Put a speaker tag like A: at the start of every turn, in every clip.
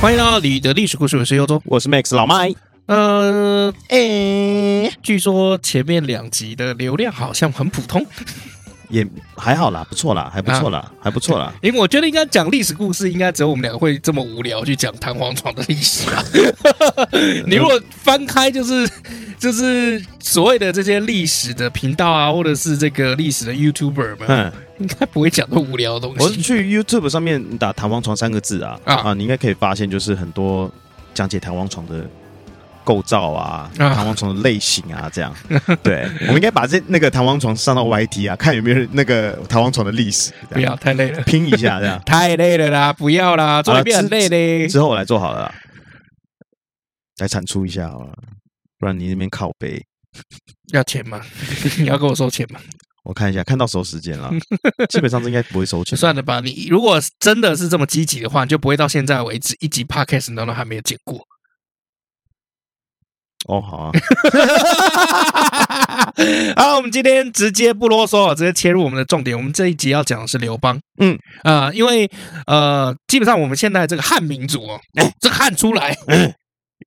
A: 欢迎来到你的历史故事，我是尤忠。
B: 我是 Max 老麦，
A: 呃，
B: 哎
A: 诶、据说前面两集的流量好像很普通，
B: 也还好啦，不错啦，还不错啦，
A: 啊
B: 还不错啦。
A: 因为我觉得应该讲历史故事，应该只有我们两个会这么无聊去讲弹簧床的历史 啊。你如果翻开就是就是所谓的这些历史的频道啊，或者是这个历史的 YouTuber 们，
B: 嗯，
A: 应该不会讲到无聊的东
B: 我
A: 西。
B: 去 YouTube 上面打“弹簧床”三个字啊
A: 啊
B: 啊你应该可以发现，就是很多讲解弹簧床的构造啊，
A: 啊
B: 弹簧床的类型啊，这样。 对，我们应该把这那个弹簧床上到 YT 啊，看有没有人那个弹簧床的历史，
A: 不
B: 这样
A: 要太累了，。
B: 拼一下这样
A: 太累了啦，不要啦， 做一遍很累嘞。
B: 之后我来做好了啦，来产出一下好了，不然你那边靠背。
A: 要钱吗？ 你要跟我收钱吗？
B: 我看一下，看到收 时间了，基本上这应该不会收钱。
A: 算了吧，你如果真的是这么积极的话，你就不会到现在为止一集 podcast 你都还没有剪过。
B: 哦，好啊，
A: 好，我们今天直接不啰嗦，直接切入我们的重点。我们这一集要讲的是刘邦。
B: 嗯，
A: 啊，因为呃，基本上我们现在这个汉民族哦，
B: 哎
A: 这个汉出来
B: 嗯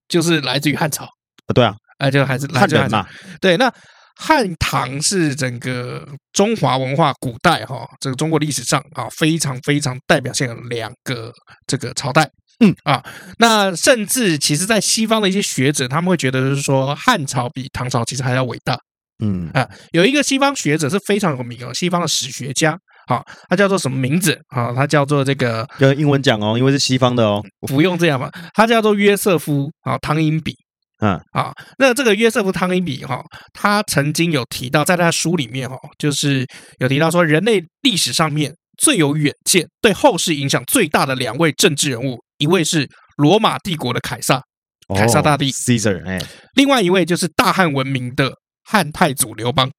A: 就是来自于汉朝，
B: 啊对啊，
A: 哎，就还是来
B: 汉
A: 自于汉
B: 人
A: 朝。
B: 嘛，
A: 对，那汉唐是整个中华文化古代哈、这个中国历史上啊非常非常代表性的两个这个朝代。
B: 嗯
A: 啊，那甚至其实，在西方的一些学者，他们会觉得就是说，汉朝比唐朝其实还要伟大
B: 嗯，
A: 啊。有一个西方学者是非常有名哦，西方的史学家，啊，他叫做什么名字啊？他叫做这个
B: 要用英文讲
A: 嗯
B: 哦，因为是西方的哦，
A: 不用这样嘛，他叫做约瑟夫啊，汤因比。
B: 嗯
A: 啊，那这个约瑟夫·汤因比哈、他曾经有提到，在他的书里面哈、就是有提到说，人类历史上面最有远见、对后世影响最大的两位政治人物，一位是罗马帝国的凯撒，凯撒大帝
B: 哦 Caesar，哎，
A: 另外一位就是大汉文明的汉太祖刘邦。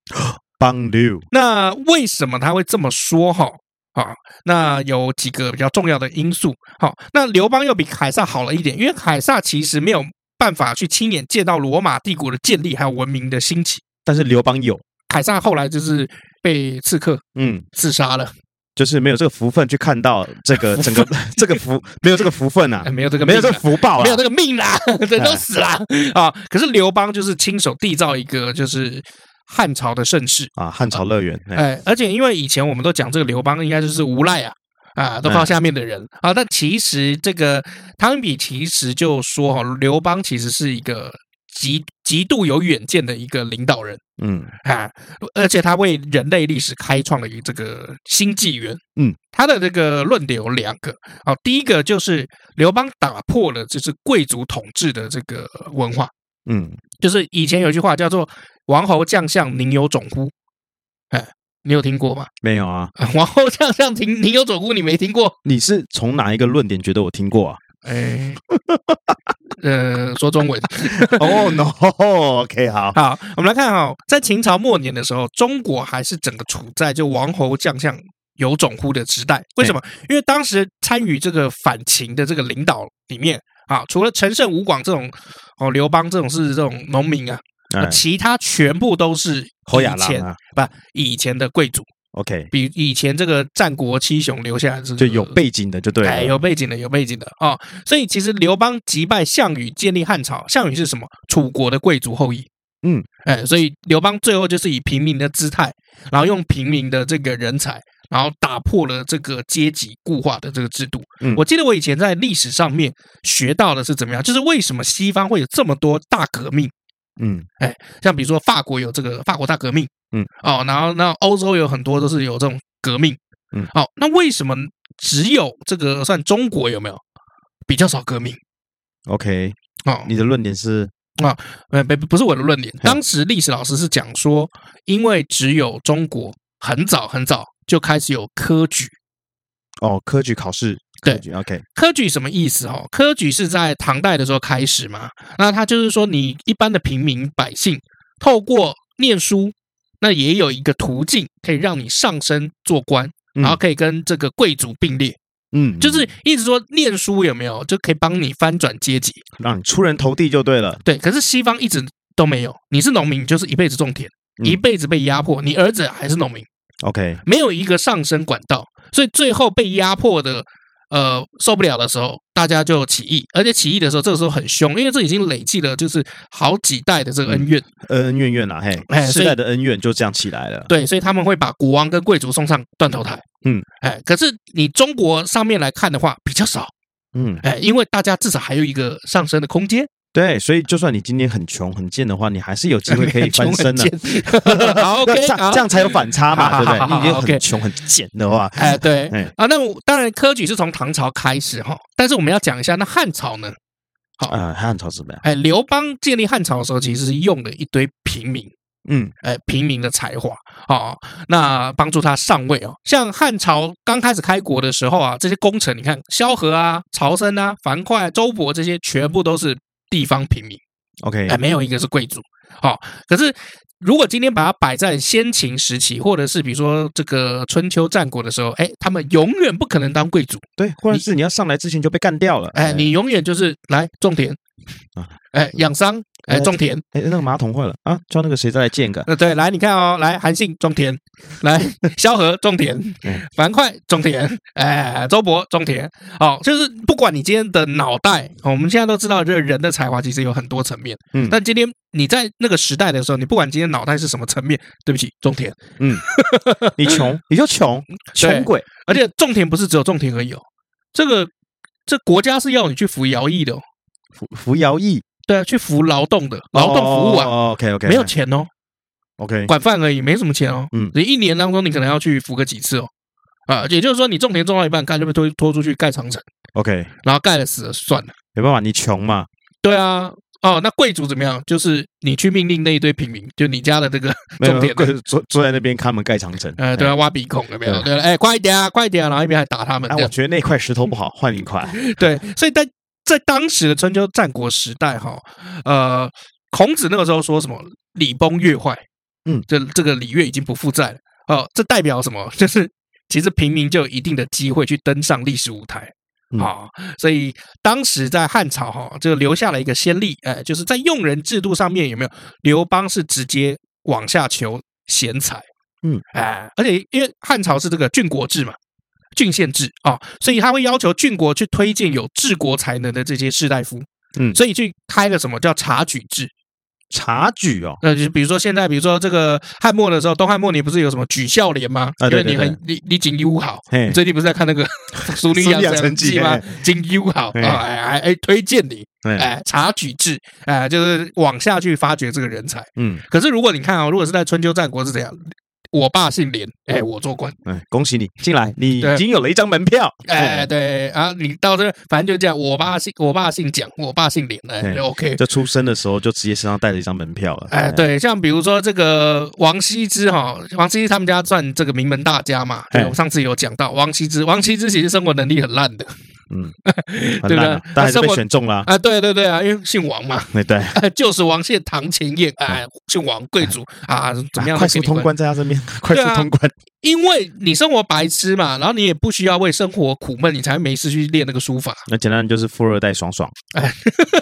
B: 邦六，
A: 那为什么他会这么说哈？啊，那有几个比较重要的因素。好，那刘邦又比凯撒好了一点，因为凯撒其实没有办法去亲眼见到罗马帝国的建立还有文明的兴起。
B: 但是刘邦有，
A: 凯撒后来就是被刺客
B: 嗯，
A: 自杀了，
B: 就是没有这个福分去看到这 个整个 这个福，没有这个福分啊
A: 哎， 没有这个
B: 没有
A: 命
B: 这
A: 啊
B: 个福报啊，
A: 没有这个命啦， 人都死啦啊！可是刘邦就是亲手缔造一个就是汉朝的盛世，
B: 啊，汉朝乐园，哎，
A: 哎，而且因为以前我们都讲这个刘邦应该就是无赖啊。
B: 哎
A: 啊，都靠下面的人、啊！但其实这个汤因比其实就说哈，刘邦其实是一个极极度有远见的一个领导人
B: 嗯，
A: 啊，而且他为人类历史开创了一个这个新纪元。
B: 嗯，
A: 他的这个论点有两个啊，第一个就是刘邦打破了就是贵族统治的这个文化，
B: 嗯，
A: 就是以前有句话叫做“王侯将相宁有种乎”，哎，你有听过吗？
B: 没有啊，
A: 啊王侯将相宁宁有种乎？你没听过？
B: 你是从哪一个论点觉得我 听过啊？
A: 哎，呃，说中文。
B: 哦，no，OK，好，
A: 好，我们来看哈、在秦朝末年的时候，中国还是整个处在就王侯将相有种乎的时代。为什么？因为当时参与这个反秦的这个领导里面啊，除了陈胜、吴广这种哦，刘邦这种是这种农民啊，
B: 哎
A: 其他全部都是
B: 侯亚
A: 以前
B: 郎啊
A: 不以前的贵族，
B: ，OK，
A: 比以前这个战国七雄留下来是
B: 就有背景的就对
A: 哎，
B: 了，
A: 有背景的，有背景的啊、哦。所以其实刘邦击败项羽，建立汉朝。项羽是什么？楚国的贵族后裔。
B: 嗯，
A: 哎，所以刘邦最后就是以平民的姿态，然后用平民的这个人才，然后打破了这个阶级固化的这个制度。
B: 嗯
A: 我记得我以前在历史上面学到的是怎么样，就是为什么西方会有这么多大革命。
B: 嗯，
A: 像比如说法国有这个法国大革命，
B: 嗯，
A: 哦，然后那欧洲有很多都是有这种革命，
B: 嗯
A: 好、那为什么只有这个算中国有没有比较少革命？
B: OK，
A: 哦，
B: 你的论点是
A: 呃，不不是我的论点，当时历史老师是讲说，因为只有中国很早很早就开始有科举，
B: 哦，科举考试，
A: 对
B: 科举，OK，
A: 科举什么意思哦？科举是在唐代的时候开始嘛，那它就是说你一般的平民百姓透过念书，那也有一个途径可以让你上升做官，
B: 嗯
A: 然后可以跟这个贵族并列
B: 嗯，
A: 就是一直说念书有没有就可以帮你翻转阶级，
B: 让你出人头地就对了。
A: 对。可是西方一直都没有，你是农民，你就是一辈子种田，
B: 嗯
A: 一辈子被压迫，你儿子还是农民，
B: OK，
A: 没有一个上升管道，所以最后被压迫的。呃，受不了的时候，大家就起义，而且起义的时候，这个时候很凶，因为这已经累积了就是好几代的这个恩怨，
B: 恩恩怨怨啦，嘿
A: 哎，所
B: 世
A: 以
B: 代的恩怨就这样起来了。
A: 对，所以他们会把国王跟贵族送上断头台。
B: 嗯，
A: 哎，可是你中国上面来看的话比较少，
B: 嗯，
A: 哎，因为大家至少还有一个上升的空间。
B: 对，所以就算你今天很穷很贱的话，你还是有机会可以翻身的。
A: 的。好
B: 那
A: ，OK，
B: 这样
A: 好
B: 这样才有反差嘛，
A: 好
B: 对不对？
A: 好好
B: 你已经
A: 好，OK
B: 很穷很贱的话，
A: 哎，对，
B: 哎
A: 啊，那我当然科举是从唐朝开始哈，但是我们要讲一下那汉朝呢？好
B: 啊，汉朝怎么样？
A: 哎，刘邦建立汉朝的时候，其实是用了一堆平民，
B: 嗯，
A: 哎，平民的才华哦，那帮助他上位哦。像汉朝刚开始开国的时候啊，这些功臣，你看萧何啊、曹参啊、樊哙啊、周勃这些，全部都是地方平民，
B: OK，
A: 哎，没有一个是贵族。好、可是如果今天把它摆在先秦时期，或者是比如说这个春秋战国的时候，哎，他们永远不可能当贵族，
B: 对，或者是你要上来之前就被干掉了。
A: 哎，你永远就是来种田
B: 啊，
A: 哎，养伤，哎，种田，
B: 哎，那个马桶坏了啊，叫那个谁再来建一个。
A: 呃，对，来，你看哦，来韩信种田，来萧何种田
B: 嗯，
A: 樊哙种田，哎，周勃种田，哦，就是不管你今天的脑袋，哦我们现在都知道，这个人的才华其实有很多层面，
B: 嗯
A: 但今天你在那个时代的时候，你不管今天脑袋是什么层面，对不起，种田，
B: 嗯，你穷你就穷，
A: 对
B: 穷鬼。
A: 而且种田不是只有种田而已哦，这个这国家是要你去服徭役的、哦，
B: 服服徭役，
A: 对啊，去服劳动的劳动服务啊，
B: 哦 OK OK，
A: 没有钱哦，
B: OK，
A: 管饭而已，没什么钱哦。
B: 嗯
A: 你一年当中你可能要去服个几次哦。啊，也就是说你种田种到一半，干就被拖拖出去盖长城，
B: OK，
A: 然后盖了死了算了。
B: 没办法，你穷嘛。
A: 对啊，哦，那贵族怎么样？就是你去命令那一堆平民，就你家的这个
B: 没有
A: 种田的，
B: 跪坐坐在那边看他们盖长城。
A: 呃，对啊，挖鼻孔有没有？
B: 哎对
A: 对啊，哎，快一点啊，快一点啊，然后一边还打他们
B: 哎，
A: 这
B: 我
A: 样。
B: 觉得那块石头不好，换 一块。
A: 对，所以在在当时的春秋战国时代，哈，呃，孔子那个时候说什么“礼崩乐坏”，
B: 嗯，
A: 这这个礼乐已经不复在了。哦，这代表什么？ 就是其实平民就有一定的机会去登上历史舞台。
B: 嗯
A: 好、所以当时在汉朝哈、就留下了一个先例，哎、就是在用人制度上面有没有？刘邦是直接往下求贤才，
B: 嗯，
A: 哎、而且因为汉朝是这个郡国制嘛，郡县制啊、哦，所以他会要求郡国去推荐有治国才能的这些士大夫，
B: 嗯
A: 所以去开了什么叫察举制，
B: 察举哦，
A: 呃，就比如说现在，比如说这个汉末的时候，东汉末年不是有什么举孝廉吗？
B: 啊对
A: 因为你
B: 对哎
A: 很你你锦衣五好，
B: 嘿
A: 你，最近不是在看那 个《俗女
B: 俗女
A: 养
B: 养
A: 成
B: 成记
A: 记》吗
B: 嘿？
A: 锦衣五好啊，
B: 嘿
A: 哎哎哎，推荐你，
B: 对，
A: 哎，察举制，哎，就是往下去发掘这个人才。
B: 嗯，
A: 可是如果你看哦，如果是在春秋战国是怎样？我爸姓连，哎，我做官，
B: 哎，恭喜你进来，你
A: 对
B: 已经有了一张门票。
A: 哎，，对啊，你到这反正就这样，我爸姓我爸姓蒋，我爸姓连，哎
B: 嘿
A: 就，OK，
B: 就出生的时候就直接身上带着一张门票了。
A: 哎，，对，像比如说这个王羲之哈，王羲之他们家算这个名门大家嘛。对，
B: 哎
A: 我上次有讲到王羲之，王羲之其实生活能力很烂的
B: 嗯，
A: 对
B: 很
A: 不
B: 烂
A: 对
B: 啊，但还
A: 那
B: 是
A: 生
B: 被
A: 活
B: 选中了。
A: 啊。对对对啊，因为姓王嘛，
B: 哎，对，
A: 就是王谢堂前燕，哎，姓王贵族啊，怎么样、
B: 啊快速通？关在他 身边，快速
A: 对啊
B: 通关。
A: 因为你生活白痴嘛，然后你也不需要为生活苦闷，你才没事去练那个书法。
B: 那简单就是富二代爽爽。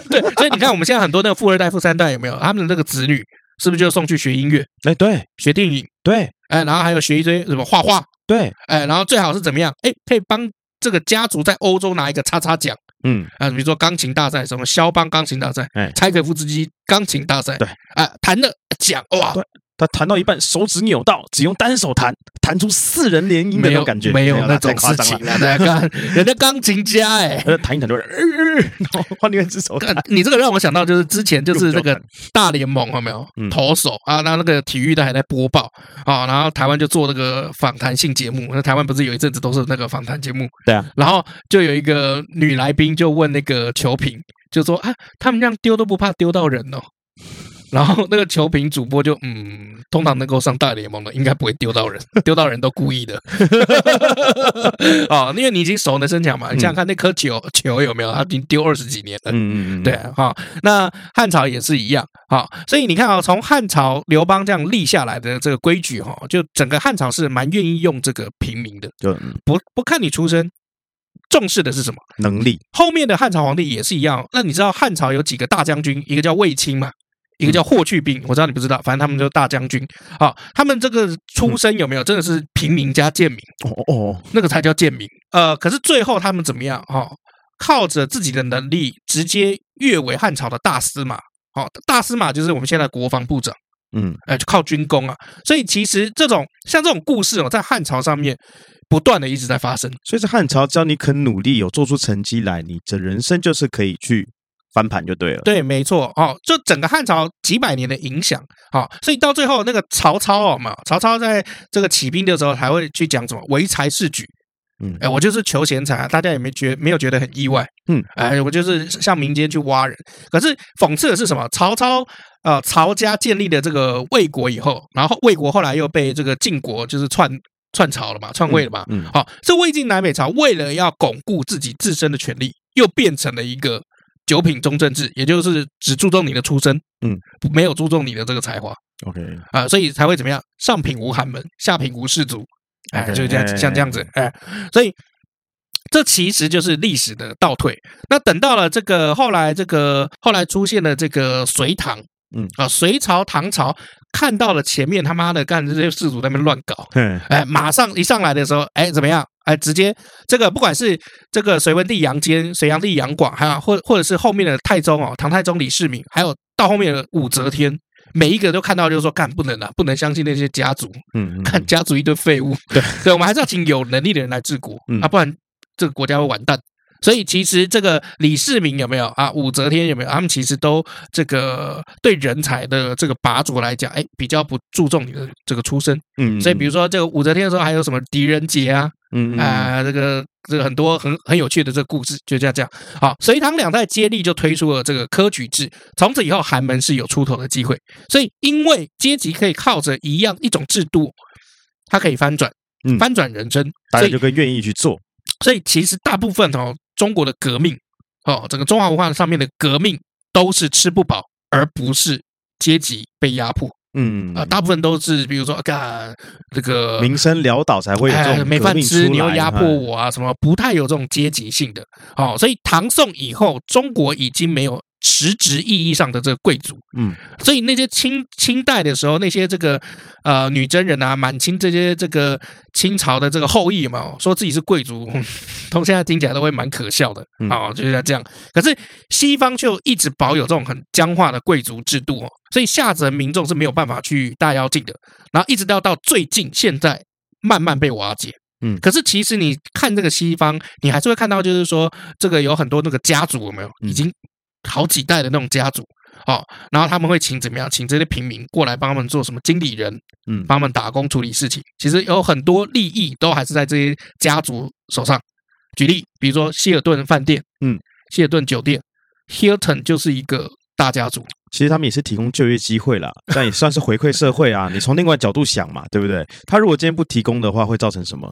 A: 对，所以你看我们现在很多那个富二代、富三代有没有？他们的那个子女是不是就送去学音乐、
B: 哎，对
A: 学电影？
B: 对
A: 哎，然后还有学一堆什么画画，
B: 对，
A: 哎，然后最好是怎么样？哎，可以帮这个家族在欧洲拿一个叉叉奖
B: 嗯，
A: 啊，比如说钢琴大赛，什么肖邦钢琴大赛
B: 哎、
A: 柴可夫斯基钢琴大赛，
B: 对，
A: 啊，弹的奖哇，
B: 对他弹到一半，手指扭到，只用单手弹，弹出四人联姻的
A: 没
B: 那
A: 有
B: 种感觉，
A: 没有
B: 啦
A: 那
B: 太
A: 种
B: 夸
A: 事
B: 张
A: 情
B: 了。
A: 啊，大家看人家钢琴家 哎。
B: 他就弹一弹就，呃呃然后换另外一 只手弹
A: 干。你这个让我想到，就是之前就是那个大联盟有没有
B: 嗯
A: 投手啊？那那个体育的还在播报啊，然后台湾就做那个访谈性节目。那台湾不是有一阵子都是那个访谈节目，
B: 对啊，
A: 然后就有一个女来宾就问那个球评，就说啊，他们这样丢都不怕丢到人哦。然后那个球评主播就嗯，通常能够上大联盟的，应该不会丢到人， 丢到人都故意的。 哦，因为你已经熟能生巧嘛，你想想
B: 嗯
A: 看那颗球球有没有，它已经丢二十几年了。
B: 嗯嗯嗯，
A: 对，哈、那汉朝也是一样，哈、所以你看啊、从汉朝刘邦这样立下来的这个规矩，哈、就整个汉朝是蛮愿意用这个平民的，
B: 就
A: 不不看你出身，重视的是什么？
B: 能力，
A: 后面的汉朝皇帝也是一样。那你知道汉朝有几个大将军？一个叫卫青嘛，一个叫霍去病。我知道你不知道，反正他们就是大将军。好，他们这个出身有没有真的是平民加贱民？
B: 哦哦，
A: 那个才叫贱民。呃，可是最后他们怎么样？哈、靠着自己的能力直接越为汉朝的大司马。好、大司马就是我们现在的国防部长。
B: 嗯，
A: 呃，就靠军功啊。所以其实这种像这种故事哦，在汉朝上面不断的一直在发生。
B: 所以这汉朝只要你肯努力，有做出成绩来，你的人生就是可以去翻盘就对了。
A: 对，没错，哦，就整个汉朝几百年的影响，哦，所以到最后那个曹操哦嘛，曹操在这个起兵的时候还会去讲什么唯才是举，
B: 嗯
A: 哎，我就是求贤才啊，大家也没觉没有觉得很意外，
B: 嗯，
A: 哎，我就是向民间去挖人。可是讽刺的是什么？曹操呃，曹家建立的这个魏国以后，然后魏国后来又被这个晋国就是篡篡朝了嘛，篡位了嘛，
B: 嗯，
A: 好、这魏晋南北朝为了要巩固自己自身的权利，又变成了一个九品中正制，也就是只注重你的出身，
B: 嗯，
A: 没有注重你的这个才华
B: OK，
A: 啊、所以才会怎么样？上品无寒门，下品无士族，哎、
B: OK，
A: 就是这样，
B: 哎
A: 像这样子，哎、所以这其实就是历史的倒退。那等到了这个后来，这个后来出现了这个隋唐，
B: 嗯
A: 啊、隋朝、唐朝看到了前面他妈的干这些士族在那边乱搞，
B: 哼，
A: 哎，马上一上来的时候，哎，怎么样？哎，直接这个不管是这个隋文帝杨坚、隋炀帝杨广，还有或或者是后面的太宗哦，唐太宗李世民，还有到后面的武则天，每一个都看到就是说，干不能啊，不能相信那些家族，
B: 嗯，嗯
A: 看家族一堆废物，对，所以我们还是要请有能力的人来治国
B: 嗯
A: 啊，不然这个国家会完蛋。所以其实这个李世民有没有啊，武则天有没有，他们其实都这个对人才的这个拔擢来讲，哎，比较不注重你的这个出身。
B: 嗯，
A: 所以比如说这个武则天的时候，还有什么狄仁杰啊，
B: 嗯，嗯嗯，
A: 啊、这个这个很多很很有趣的这个故事，就这样这样。好，隋唐两代接力就推出了这个科举制，从此以后寒门是有出头的机会。所以因为阶级可以靠着一样一种制度，它可以翻转
B: 嗯，
A: 翻转人生，
B: 大
A: 所
B: 家
A: 以
B: 就更愿意去做。
A: 所以其实大部分哦，中国的革命哦，整个中华文化上面的革命都是吃不饱，而不是阶级被压迫
B: 嗯
A: 啊、大部分都是比如说啊干这个
B: 民生潦倒才会有这
A: 哎，
B: 种
A: 没
B: 革
A: 饭
B: 命
A: 吃，
B: 出
A: 你又
B: 来
A: 压迫
B: 哎
A: 我啊，什么不太有这种阶级性的。哦，所以唐宋以后，中国已经没有实质意义上的这个贵族，
B: 嗯，
A: 所以那些清清代的时候，那些这个呃女真人啊、满清这些这个清朝的这个后裔嘛，说自己是贵族， 从现在听起来都会蛮可笑的
B: 嗯
A: 哦，就是要这样。可是西方就一直保有这种很僵化的贵族制度哦，所以下层民众是没有办法去大妖精的。然后一直到到最近现在慢慢被瓦解。
B: 嗯
A: 可是其实你看这个西方，你还是会看到，就是说这个有很多那个家族有没有
B: 嗯
A: 已经好几代的那种家族哦，然后他们会请怎么样，请这些平民过来帮他们做什么经理人，
B: 嗯
A: 帮他们打工处理事情。其实有很多利益都还是在这些家族手上。举例，比如说希尔顿饭店，
B: 嗯，
A: 希尔顿酒店，Hilton 就是一个大家族，
B: 其实他们也是提供就业机 会啦，但也算是回馈社会啊。你从另外角度想嘛，对不对？他如果今天不提供的话，会造成什么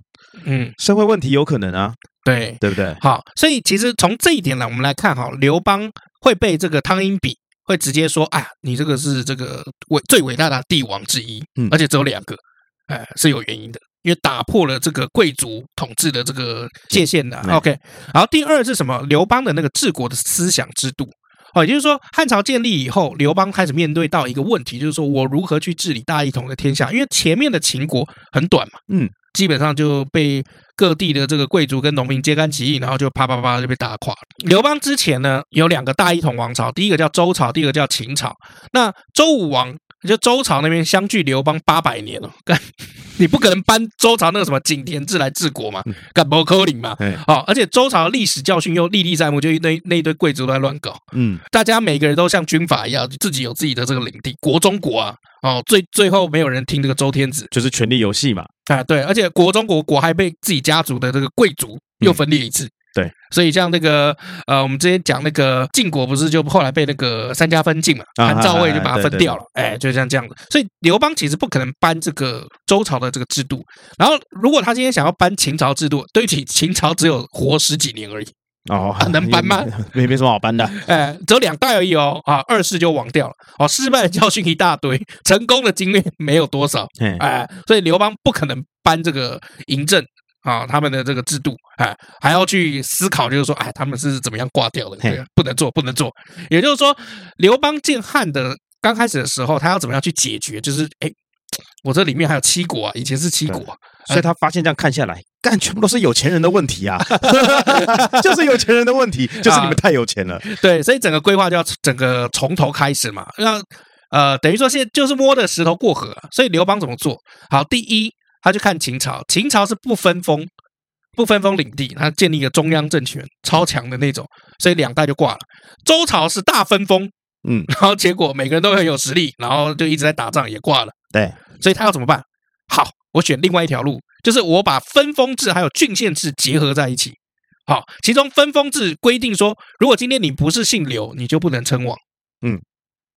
A: 嗯，
B: 社会问题？有可能啊，
A: 对，
B: 对不对？
A: 好，所以其实从这一点呢，我们来看哈，刘邦会被这个汤阴比会直接说啊，你这个是这个伟最伟大的帝王之一，
B: 嗯
A: 而且只有两个，哎、是有原因的，因为打破了这个贵族统治的这个界限的。
B: 嗯
A: OK，然后第二是什么？刘邦的那个治国的思想制度。哦，也就是说，汉朝建立以后，刘邦开始面对到一个问题，就是说我如何去治理大一统的天下？因为前面的秦国很短嘛，基本上就被各地的这个贵族跟农民揭竿起义，然后就啪啪啪就被打垮了。刘邦之前呢，有两个大一统王朝，第一个叫周朝，第二个叫秦朝。那周武王就周朝那边相距刘邦八百年了，哦干 你不可能搬周朝那个什么井田制来治国嘛，干不可能嘛。
B: 哎，
A: 哦，而且周朝的历史教训又历历在目，就一堆那一堆贵族都在乱搞，
B: 嗯，
A: 大家每个人都像军阀一样，自己有自己的这个领地，国中国啊，哦，最最后没有人听这个周天子，
B: 就是权力游戏嘛。
A: 啊，对，而且国中国国还被自己家族的这个贵族又分裂一次。
B: 嗯对，
A: 所以像那个呃，我们之前讲那个晋国，不是就后来被那个三家分晋嘛，
B: 啊
A: 韩赵魏就把它
B: 啊啊
A: 分掉了，哎，就像这样子。所以刘邦其实不可能搬这个周朝的这个制度，然后如果他今天想要搬秦朝制度，对不起，秦朝只有活十几年而已，
B: 哦
A: 啊，能搬吗？
B: 没没什么 好搬的。
A: 哎，只有两代而已哦，啊，二世就亡掉了，哦，失败的教训一大堆，成功的经验没有多少，
B: 哎，
A: 哎，所以刘邦不可能搬这个嬴政啊，他们的这个制度，哎，还要去思考，就是说，哎，他们是怎么样挂掉的，
B: 嘿
A: 对啊，不能做，不能做。也就是说，刘邦建汉的刚开始的时候，他要怎么样去解决？就是，哎，我这里面还有七国啊，以前是七国啊，
B: 所以他发现这样看下来，干全部都是有钱人的问 题啊， 就是有钱人的问题，就是
A: 啊
B: 你们太有钱了。
A: 对，所以整个规划就要整个从头开始嘛，让呃，等于说现在就是摸着石头过河、啊。所以刘邦怎么做？好，第一，他就看秦朝，秦朝是不分封、不分封领地，他建立一个中央政权，超强的那种，所以两代就挂了。周朝是大分封，
B: 嗯，
A: 然后结果每个人都很有实力，然后就一直在打仗，也挂了。
B: 对，
A: 所以他要怎么办？好，我选另外一条路，就是我把分封制还有郡县制结合在一起。好，其中分封制规定说，如果今天你不是姓刘，你就不能称王。
B: 嗯，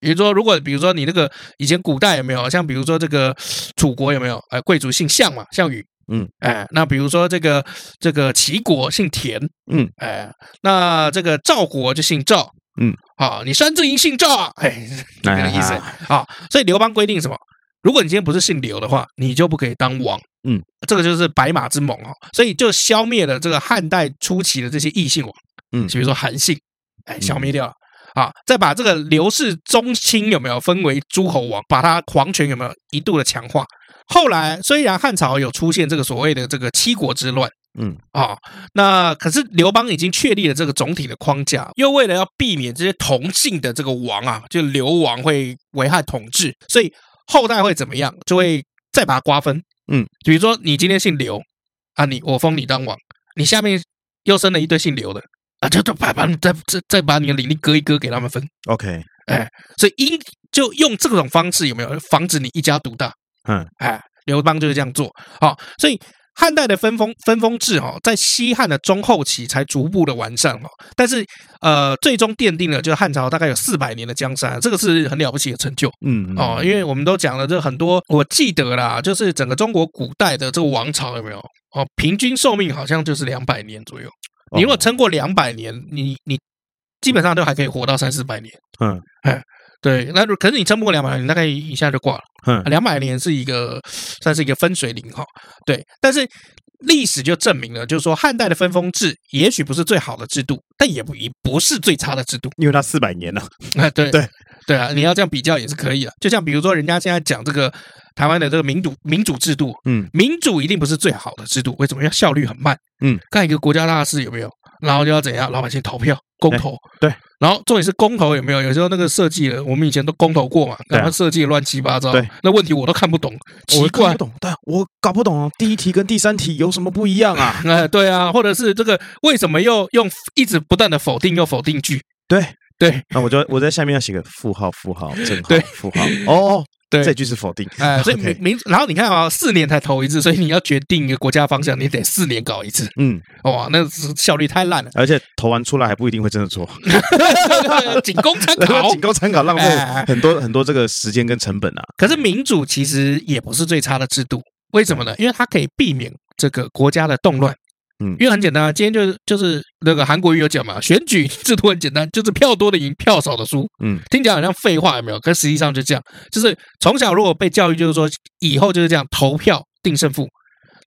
A: 也就是说，如果比如说你那个以前古代有没有像比如说这个楚国有没有？呃，贵族姓项嘛，项羽。
B: 嗯，
A: 哎，那比如说这个这个齐国姓田，
B: 嗯，
A: 哎，那这个赵国就姓赵，
B: 嗯，
A: 好，你山阵营姓赵啊，哎，就这个意思
B: 哎
A: 啊。所以刘邦规定什么？如果你今天不是姓刘的话，你就不可以当王。
B: 嗯，
A: 这个就是白马之盟哦，所以就消灭了这个汉代初期的这些异姓王，
B: 嗯
A: 比如说韩信，哎，消灭掉了。啊，再把这个刘氏宗亲有没有分为诸侯王，把他皇权有没有一度的强化？后来虽然汉朝有出现这个所谓的这个七国之乱，
B: 嗯
A: 啊、那可是刘邦已经确立了这个总体的框架，又为了要避免这些同姓的这个王啊，就流亡会危害统治，所以后代会怎么样，就会再把它瓜分。
B: 嗯，
A: 比如说你今天姓刘啊，你我封你当王，你下面又生了一堆姓刘的啊，就就把把再再再把你的领地割一割给他们分，
B: ，OK，
A: 所以因就用这种方式有没有防止你一家独大？
B: 嗯，
A: 哎，刘邦就是这样做。好、所以汉代的分封分封制哦，在西汉的中后期才逐步的完善哦，但是呃，最终奠定了就是汉朝大概有四百年的江山，这个是很了不起的成就。
B: 嗯，
A: 哦，因为我们都讲了这很多，我记得啦，就是整个中国古代的这个王朝有没有？哦，平均寿命好像就是两百年左右。
B: 哦
A: 你如果撑过两百年，你你基本上都还可以活到三四百年。
B: 嗯，
A: 哎，对，那如可是你撑不过两百年，大概一下就挂了。
B: 嗯
A: 两百年是一个算是一个分水岭哈。对，但是历史就证明了，就是说汉代的分封制也许不是最好的制度，但也不也不是最差的制度。
B: 因为他四百年了，
A: 啊，对
B: 对
A: 对啊，你要这样比较也是可以的。就像比如说，人家现在讲这个台湾的这个民主民主制度，
B: 嗯，
A: 民主一定不是最好的制度，为什么？要效率很慢。
B: 嗯，
A: 干一个国家大事有没有？然后就要怎样？老百姓投票公投、
B: 对。
A: 然后重点是公投有没有？有时候那个设计了，我们以前都公投过嘛，
B: 对啊
A: 然后设计得乱七八糟，
B: 对，
A: 那问题我都看不懂， 奇
B: 我搞
A: 怪
B: 不。懂，但我搞不懂啊第一题跟第三题有什么不一样啊？
A: 哎，对啊，或者是这个为什么又用一直不断的否定又否定句？
B: 对，
A: 对
B: 那我就我在下面要写个负号、负号、正号
A: 对、
B: 负号。哦，
A: 对，
B: 这句是否定，
A: 哎，所以
B: OK
A: 民民，然后你看啊，四年才投一次，所以你要决定一个国家方向，你得四年搞一次，
B: 嗯，，
A: 哇，那是效率太烂了
B: 而且投完出来还不一定会真的做，
A: 仅供 参考
B: 仅。供参考，浪费
A: 哎
B: 很多很多这个时间跟成本啊。
A: 可是民主其实也不是最差的制度，为什么呢？因为它可以避免这个国家的动乱。
B: 嗯
A: 因为很简单啊，今天就是就是那个韩国瑜有讲嘛， 选举制度很简单，就是票多的赢，票少的输。
B: 嗯，
A: 听起来好像废话，有没有？可实际上就这样，就是从小如果被教育，就是说以后就是这样，投票定胜负，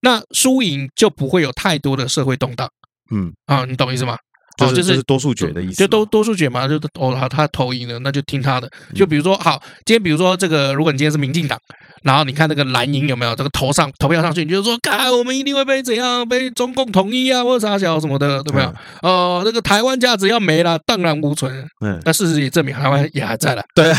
A: 那输赢就不会有太多的社会动荡
B: 嗯，
A: 啊，你懂意思吗？
B: 就
A: 哦
B: 是
A: 就
B: 就是
A: 是
B: 多数决的意思嘛，
A: 就都多数决嘛，就哦，好，他投赢了，那就听他的。就比如说，好，今天比如说这个，如果你今天是民进党，然后你看那个蓝营有没有这个投上投票上去，你就说，看我们一定会被怎样被中共统一啊，或者啥小什么的，对不对？哦，那个台湾价值要没了，荡然无存。
B: 嗯，
A: 那事实也证明台湾也还在了。
B: 对啊，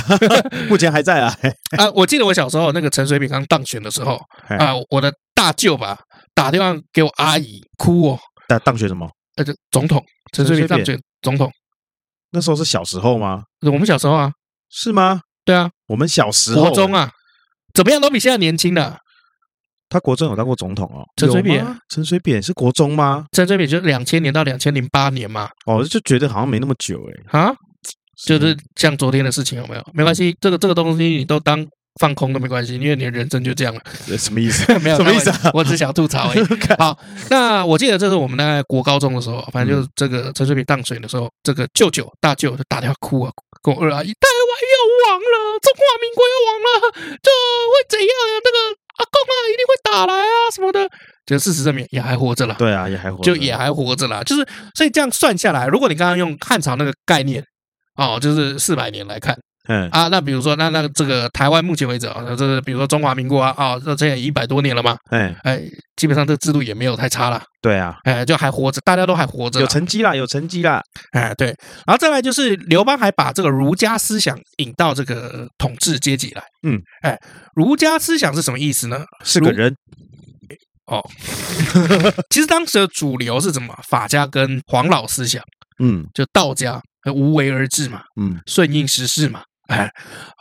B: 目前还在 啊，
A: 啊，我记得我小时候那个陈水扁刚当选的时候
B: 哎
A: 啊，我的大舅吧打电话给我阿姨哭哦，
B: 当当选什么？
A: 呃，就总统陈水扁当选总统，
B: 那时候是小时候吗？
A: 我们小时候啊，
B: 是吗？
A: 对啊，
B: 我们小时候
A: 国中，啊，怎么样都比现在年轻的。
B: 他国中有当过总统哦。
A: 陈水
B: 有
A: 扁
B: 吗，陈水扁是国中吗？
A: 陈水扁就是两千年到两千零八年嘛，
B: 哦，就觉得好像没那么久哎。
A: 啊，就是嗯像昨天的事情有没有？没关系，这个这个东西你都当放空都没关系，因为你的人生就这样了。
B: 呃什么意思？
A: 没有
B: 什么意思
A: 开玩笑
B: 啊？
A: 我只想吐槽而 已。好，那我记得这是我们在国高中的时候，反正就是这个陈水扁当选的时候，这个舅舅大舅就打电话哭啊，跟我二阿姨，台湾要亡了，中华民国要亡了，这会怎样啊？那个阿公啊，一定会打来啊什么的。就事实证明也还活着了，
B: 对啊，也还活着，
A: 就也还活着啦。就是所以这样算下来，如果你刚刚用汉朝那个概念哦，就是四百年来看
B: 嗯
A: 啊，那比如说那那这个台湾目前为止啊，那这个比如说中华民国啊，啊，这这也一百多年了嘛，
B: 哎，
A: 哎，基本上这个制度也没有太差了，
B: 对啊，
A: 哎，就还活着，大家都还活着
B: 有
A: 啦，
B: 成绩啦，有成绩啦，
A: 哎，对。然后再来就是刘邦还把这个儒家思想引到这个统治阶级来，
B: 嗯，
A: 哎，儒家思想是什么意思呢？
B: 是个
A: 如
B: 人，
A: 哦，其实当时的主流是怎么？法家跟黄老思想，
B: 嗯
A: 就道家呃无为而治嘛，
B: 嗯，
A: 顺应时势嘛，哎，然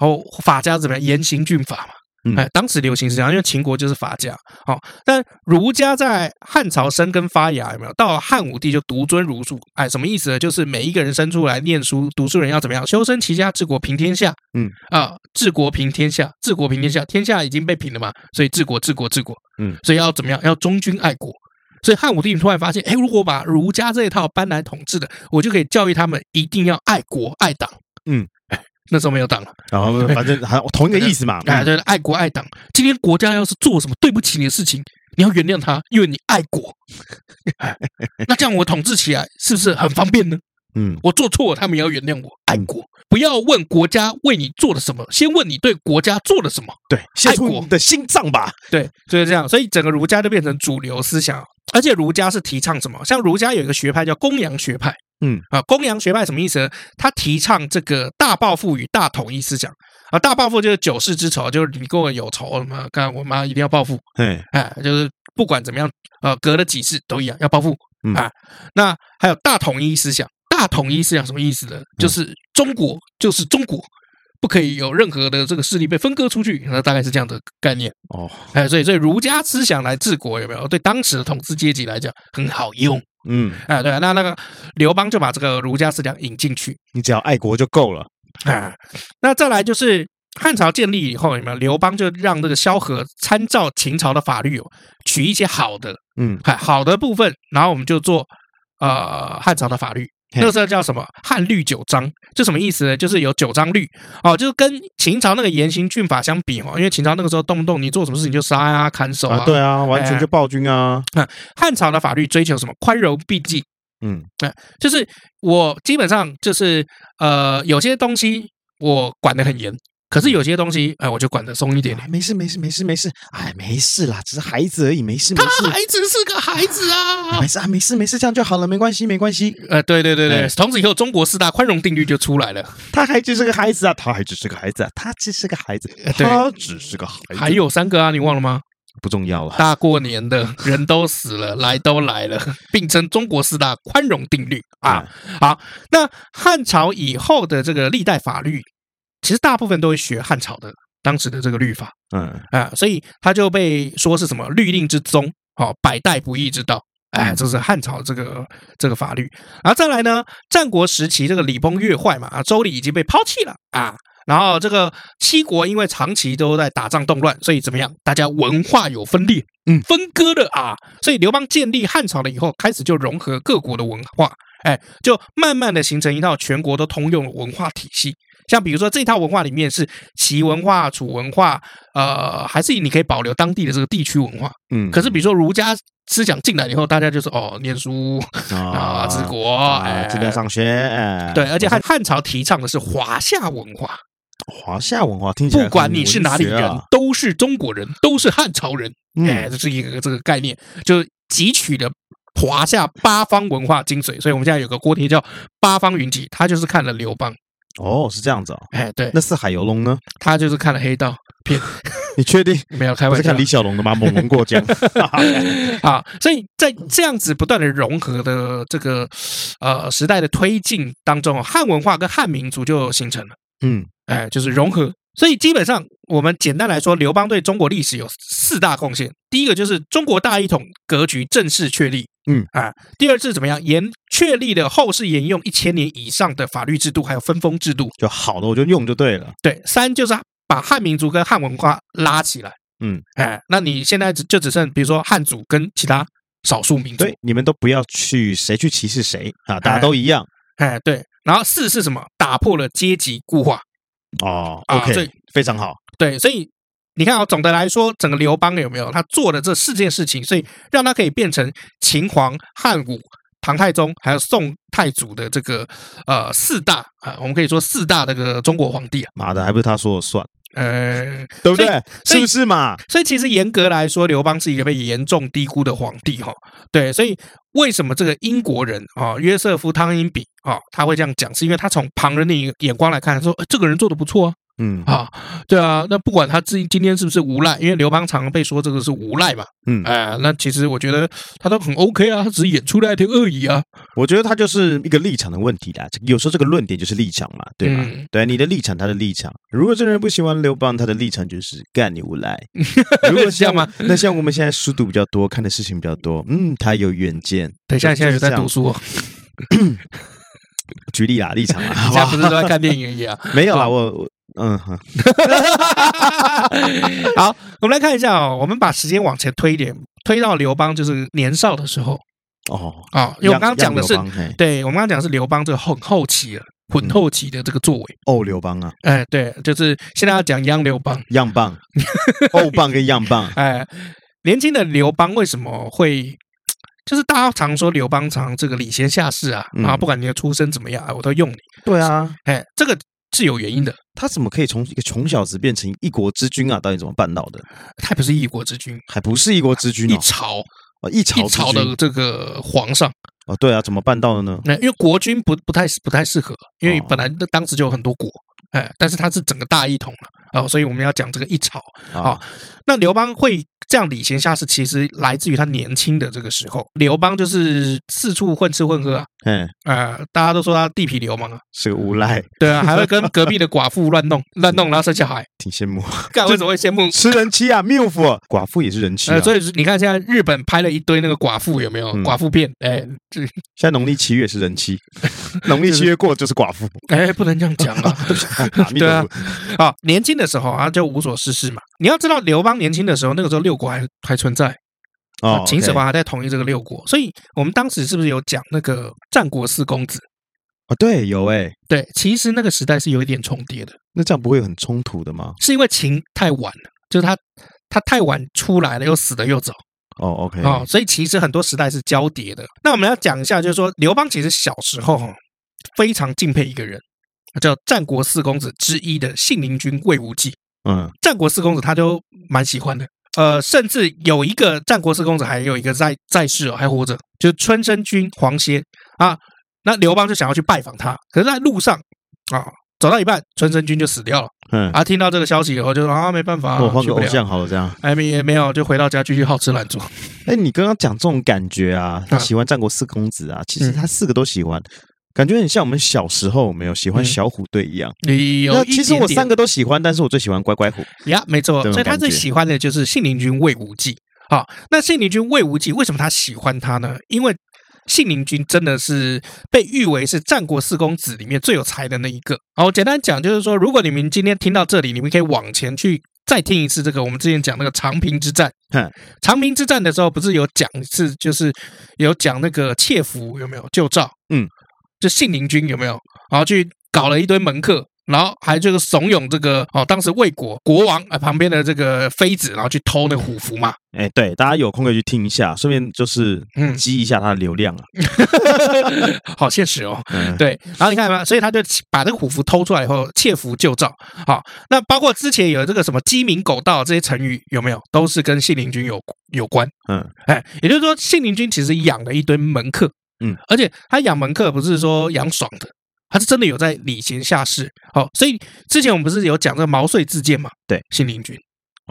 A: 后法家怎么样严刑峻法
B: 嗯
A: 嘛，哎，当时流行是这样，因为秦国就是法家，好、但儒家在汉朝生根发芽，有没有？到了汉武帝就独尊儒术，哎，什么意思呢？就是每一个人生出来念书，读书人要怎么样？修身齐家治国平天下，
B: 嗯
A: 啊、治国平天下，治国平天下，天下已经被平了嘛，所以治国治国治国，
B: 嗯，
A: 所以要怎么样？要忠君爱国。所以汉武帝突然发现，哎，如果把儒家这一套搬来统治的，我就可以教育他们一定要爱国爱党。
B: 嗯
A: 哎，那时候没有党了，
B: 然后反正还同一个意思嘛，
A: 哎，
B: 嗯
A: 对，爱国爱党。今天国家要是做什么对不起你的事情，你要原谅他，因为你爱国。哎那这样我统治起来是不是很方便呢？
B: 嗯
A: 我做错了，他们也要原谅我。爱国，不要问国家为你做了什么，先问你对国家做了什么。
B: 对，献出
A: 爱国
B: 你的心脏吧，
A: 对，就是这样。所以整个儒家就变成主流思想，而且儒家是提倡什么？像儒家有一个学派叫公羊学派。
B: 嗯
A: 啊，公羊学派什么意思呢？他提倡这个大报复与大统一思想啊，大报复就是九世之仇，就是你跟我有仇，我妈干我妈一定要报复，
B: 哎，
A: 哎，就是不管怎么样，呃，隔了几世都一样要报复
B: 嗯
A: 啊。那还有大统一思想，大统一思想什么意思呢？就是中国就是中国，不可以有任何的这个势力被分割出去，那大概是这样的概念。
B: 哦，
A: 哎，所以所以儒家思想来治国有没有？对当时的统治阶级来讲很好用
B: 嗯，
A: 啊，对啊，那那个刘邦就把这个儒家思想引进去
B: 你只要爱国就够了，
A: 啊。那再来就是汉朝建立以后有没有？刘邦就让这个萧何参照秦朝的法律哦，取一些好的
B: 嗯，
A: 哎好的部分，然后我们就做呃汉朝的法律。
B: 嘿
A: 那个时候叫什么“汉律九章”，这什么意思呢？就是有九章律哦，就是跟秦朝那个严刑峻法相比哦，因为秦朝那个时候动不动你做什么事情就杀啊、砍手
B: 啊，对啊，完
A: 哎
B: 全就暴君啊，
A: 汉朝的法律追求什么宽容避忌，
B: 嗯
A: 就是我基本上就是呃，有些东西我管得很严，可是有些东西哎、我就管得松一点点。
B: 没事没事没事没事，哎，没事啦，只是孩子而已，没事没
A: 他
B: 事，
A: 孩子是个孩子啊
B: 没！事啊，没事没事，这样就好了，没关系没关 系。
A: 呃，对对对对，
B: 哎
A: 从此以后中国四大宽容定律就出来了，
B: 他还只是个孩子啊，他还只是个 孩子啊，他只是个孩子，
A: 对
B: 他只是个孩子，
A: 还有三个啊，你忘了吗？
B: 不重要了。
A: 大过年的人都死了，来都来了，并称中国四大宽容定律
B: 哎
A: 啊。好，那汉朝以后的这个历代法律，其实大部分都会学汉朝的当时的这个律法。
B: 嗯，
A: 啊、所以他就被说是什么律令之宗，哦，百代不易之道。哎，
B: 嗯
A: 这是汉朝这个这个法律。然后再来呢，战国时期这个礼崩乐坏嘛，啊，周礼已经被抛弃了啊。然后这个七国因为长期都在打仗动乱，所以怎么样？大家文化有分裂，
B: 嗯
A: 分割了啊。所以刘邦建立汉朝了以后，开始就融合各国的文化，哎，就慢慢的形成一套全国都通用的文化体系。像比如说这套文化里面是齐文化、楚文化，呃，还是你可以保留当地的这个地区文化。
B: 嗯，
A: 可是比如说儒家思想进来以后，大家就是哦，念书啊，治国，
B: 哦啊，
A: 哎，
B: 这边上学，哎
A: 对，而且汉汉朝提倡的是华夏文化，
B: 华夏文化听起来
A: 不
B: 很
A: 管你是哪里
B: 文学
A: 人
B: 啊，
A: 都是中国人，都是汉朝人，哎，
B: 嗯，
A: 这是一个这个概念，就汲取了。华夏八方文化精髓，所以我们现在有个锅贴叫八方云集，他就是看了刘邦，
B: 哦，是这样子哦。
A: 哎，对，
B: 那四海游龙呢？
A: 他就是看了黑道片，
B: 你确定
A: 没有开
B: 不
A: 玩
B: 是
A: 笑
B: 看李。小龙 的吗？猛龙过江，
A: 啊，所以在这样子不断的融合的这个呃时代的推进当中，啊汉文化跟汉民族就形成了，
B: 嗯，
A: 哎，就是融合。所以基本上，我们简单来说，刘邦对中国历史有四大贡献。第一个就是中国大一统格局正式确立，
B: 嗯
A: 啊。第二是怎么样沿确立了后世沿用一千年以上的法律制度，还有分封制度。
B: 就好的我就用就对了。
A: 对，三就是把汉民族跟汉文化拉起来。
B: 嗯，
A: 哎，那你现在只就只剩比如说汉族跟其他少数民族。
B: 对，你们都不要去谁去歧视谁啊，大家都一样
A: 哎，对。然后四是什么？打破了阶级固化。
B: 哦。
A: 啊
B: OK，
A: 对
B: 非常好。
A: 对，所以你看啊、总的来说，整个刘邦有没有他做的这四件事情，所以让他可以变成秦皇、汉武、唐太宗还有宋太祖的这个呃四大啊、我们可以说四大这个中国皇帝啊，
B: 妈的，还不是他说了算，
A: 呃，
B: 对不
A: 所
B: 对？
A: 所以
B: 是不是嘛？
A: 所以其实严格来说，刘邦是一个被严重低估的皇帝哈、对，所以为什么这个英国人啊、约瑟夫·汤因比啊、他会这样讲，是因为他从旁人的眼眼光来看，说、呃这个人做的不错啊，
B: 嗯
A: 啊，对啊，那不管他自己今天是不是无赖，因为刘邦常被说这个是无赖嘛，
B: 嗯，
A: 哎、那其实我觉得他都很 OK 啊，他只是演出来一点恶意啊，
B: 我觉得他就是一个立场的问题啦。这有时候这个论点就是立场嘛，对啊吧？
A: 嗯
B: 对，你的立场，他的立场。如果这个人不喜欢刘邦，他的立场就是干你无 赖。如果
A: 这样
B: 像
A: 吗？
B: 那像我们现在书读比较多，看的事情比较多，嗯，他有远见。
A: 等一下，
B: 就
A: 现在有在读，
B: 就是
A: 书、哦，
B: 这样举例啦，立 场啦，
A: 现
B: 好不
A: 在
B: 好
A: 不是都在看电影一啊 样。
B: 没有啦，我我嗯，好
A: 好，我们来看一下哦，我们把时间往前推一点，推到刘邦就是年少的时候
B: 哦，
A: 啊、因为我
B: 让
A: 刚刚讲的是
B: 让，刘邦嗯嘿
A: 对我们刚刚讲的是刘邦这个很后期了。混后期的这个作为，
B: 哦，刘邦啊，
A: 哎，对，就是现在要讲央刘邦，
B: 样棒，欧棒跟样棒，
A: 哎，年轻的刘邦为什么会？就是大家常说刘邦常这个礼贤下士啊，
B: 嗯
A: 啊，不管你的出身怎么样，啊我都用你。
B: 对啊，
A: 哎，这个是有原因的，
B: 他怎么可以从一个穷小子变成一国之君啊？到底怎么办到的？
A: 他不是一国之君，
B: 还不是一国之君
A: 一
B: 哦，
A: 朝
B: 哦一
A: 一
B: 朝之
A: 朝的
B: 君
A: 这个皇上。
B: 哦，对啊，怎么办到的呢？
A: 那因为国君不不太不太适合，因为
B: 哦
A: 本来当时就有很多国，哎，但是他是整个大一统了哦，所以我们要讲这个一朝。
B: 啊，
A: 那刘邦会这样礼贤下士，其实来自于他年轻的这个时候。刘邦就是四处混吃混喝啊，
B: 嗯，
A: 呃，大家都说他地痞流氓啊，
B: 是个无赖，
A: 对啊，还会跟隔壁的寡妇乱 弄乱弄，然后生小孩，
B: 挺羡慕，
A: 干为什么会羡慕？
B: 吃人妻啊，缪夫，寡妇也是人妻啊
A: 呃，。所以你看现在日本拍了一堆那个寡妇有没有
B: 嗯
A: 寡妇片？哎，这
B: 现在农历七月是 人妻，农历七月过了就是寡妇，
A: 哎不能这样讲啊，
B: 啊 密
A: 对啊
B: 德夫
A: 啊，年轻的时候啊就无所事事嘛。你要知道，刘邦年轻的时候，那个时候六国还还存在，啊
B: 哦，
A: 秦始
B: OK
A: 皇还在统一这个六国，所以我们当时是不是有讲那个战国四公子？
B: 哦，对，有哎，
A: 对，其实那个时代是有一点重叠的，
B: 那这样不会很冲突的吗？
A: 是因为秦太晚了，就是他他太晚出来了，又死的又早
B: 哦，OK，
A: 哦，所以其实很多时代是交叠的。那我们要讲一下，就是说刘邦其实小时候哦非常敬佩一个人，叫战国四公子之一的信陵君魏无忌。
B: 嗯，
A: 战国四公子他都蛮喜欢的。呃，甚至有一个战国四公子，还有一个在在世哦，还活着，就是春申君黄歇啊。那刘邦就想要去拜访他，可是在路上啊，走到一半，春申君就死掉了
B: 嗯，
A: 啊。听到这个消息以后，就说啊，没办法、
B: 那我换
A: 去
B: 个
A: 不
B: 偶
A: 了。
B: 像好了，这样。
A: 哎，没也没有，就回到家继续好吃懒做。
B: 哎，你刚刚讲这种感觉啊，他喜欢战国四公子啊，其
A: 嗯
B: 实他四个都喜欢，感觉很像我们小时候有没有喜欢
A: 嗯
B: 小虎队一样。
A: 你有
B: 那
A: 一点
B: 其实我三
A: 个
B: 个都喜欢，但是我最喜欢乖乖虎。
A: 呀，没错，
B: 这种
A: 所以他
B: 感觉
A: 最喜欢的就是信陵君魏无忌。好，那信陵君魏无忌为什么他喜欢他呢？因为信陵君真的是被誉为是战国四公子里面最有才的那一个。好，我简单讲就是说，如果你们今天听到这里，你们可以往前去再听一次这个我们之前讲那个长平之战
B: 哼。
A: 长平之战的时候，不是有讲一次，就是有讲那个窃符有没有救赵？
B: 嗯，
A: 就信陵君有没有？然后去搞了一堆门客，然后还这个怂恿这个哦，当时魏国国王啊旁边的这个妃子，然后去偷那个虎符嘛。
B: 哎，对，大家有空可以去听一下，顺便就是
A: 嗯
B: 激一下他的流 量啊。
A: 好现实哦。
B: 嗯，
A: 对，然后你看嘛，所以他就把这个虎符偷出来以后，窃符救赵。好，那包括之前有这个什么鸡鸣狗盗这些成语，有没有都是跟信陵君有有关？
B: 嗯，
A: 哎，也就是说，信陵君其实养了一堆门客，
B: 嗯，
A: 而且他养门客不是说养爽的，他是真的有在礼贤下士。好，所以之前我们不是有讲这个毛遂自荐嘛？
B: 对，
A: 信陵君，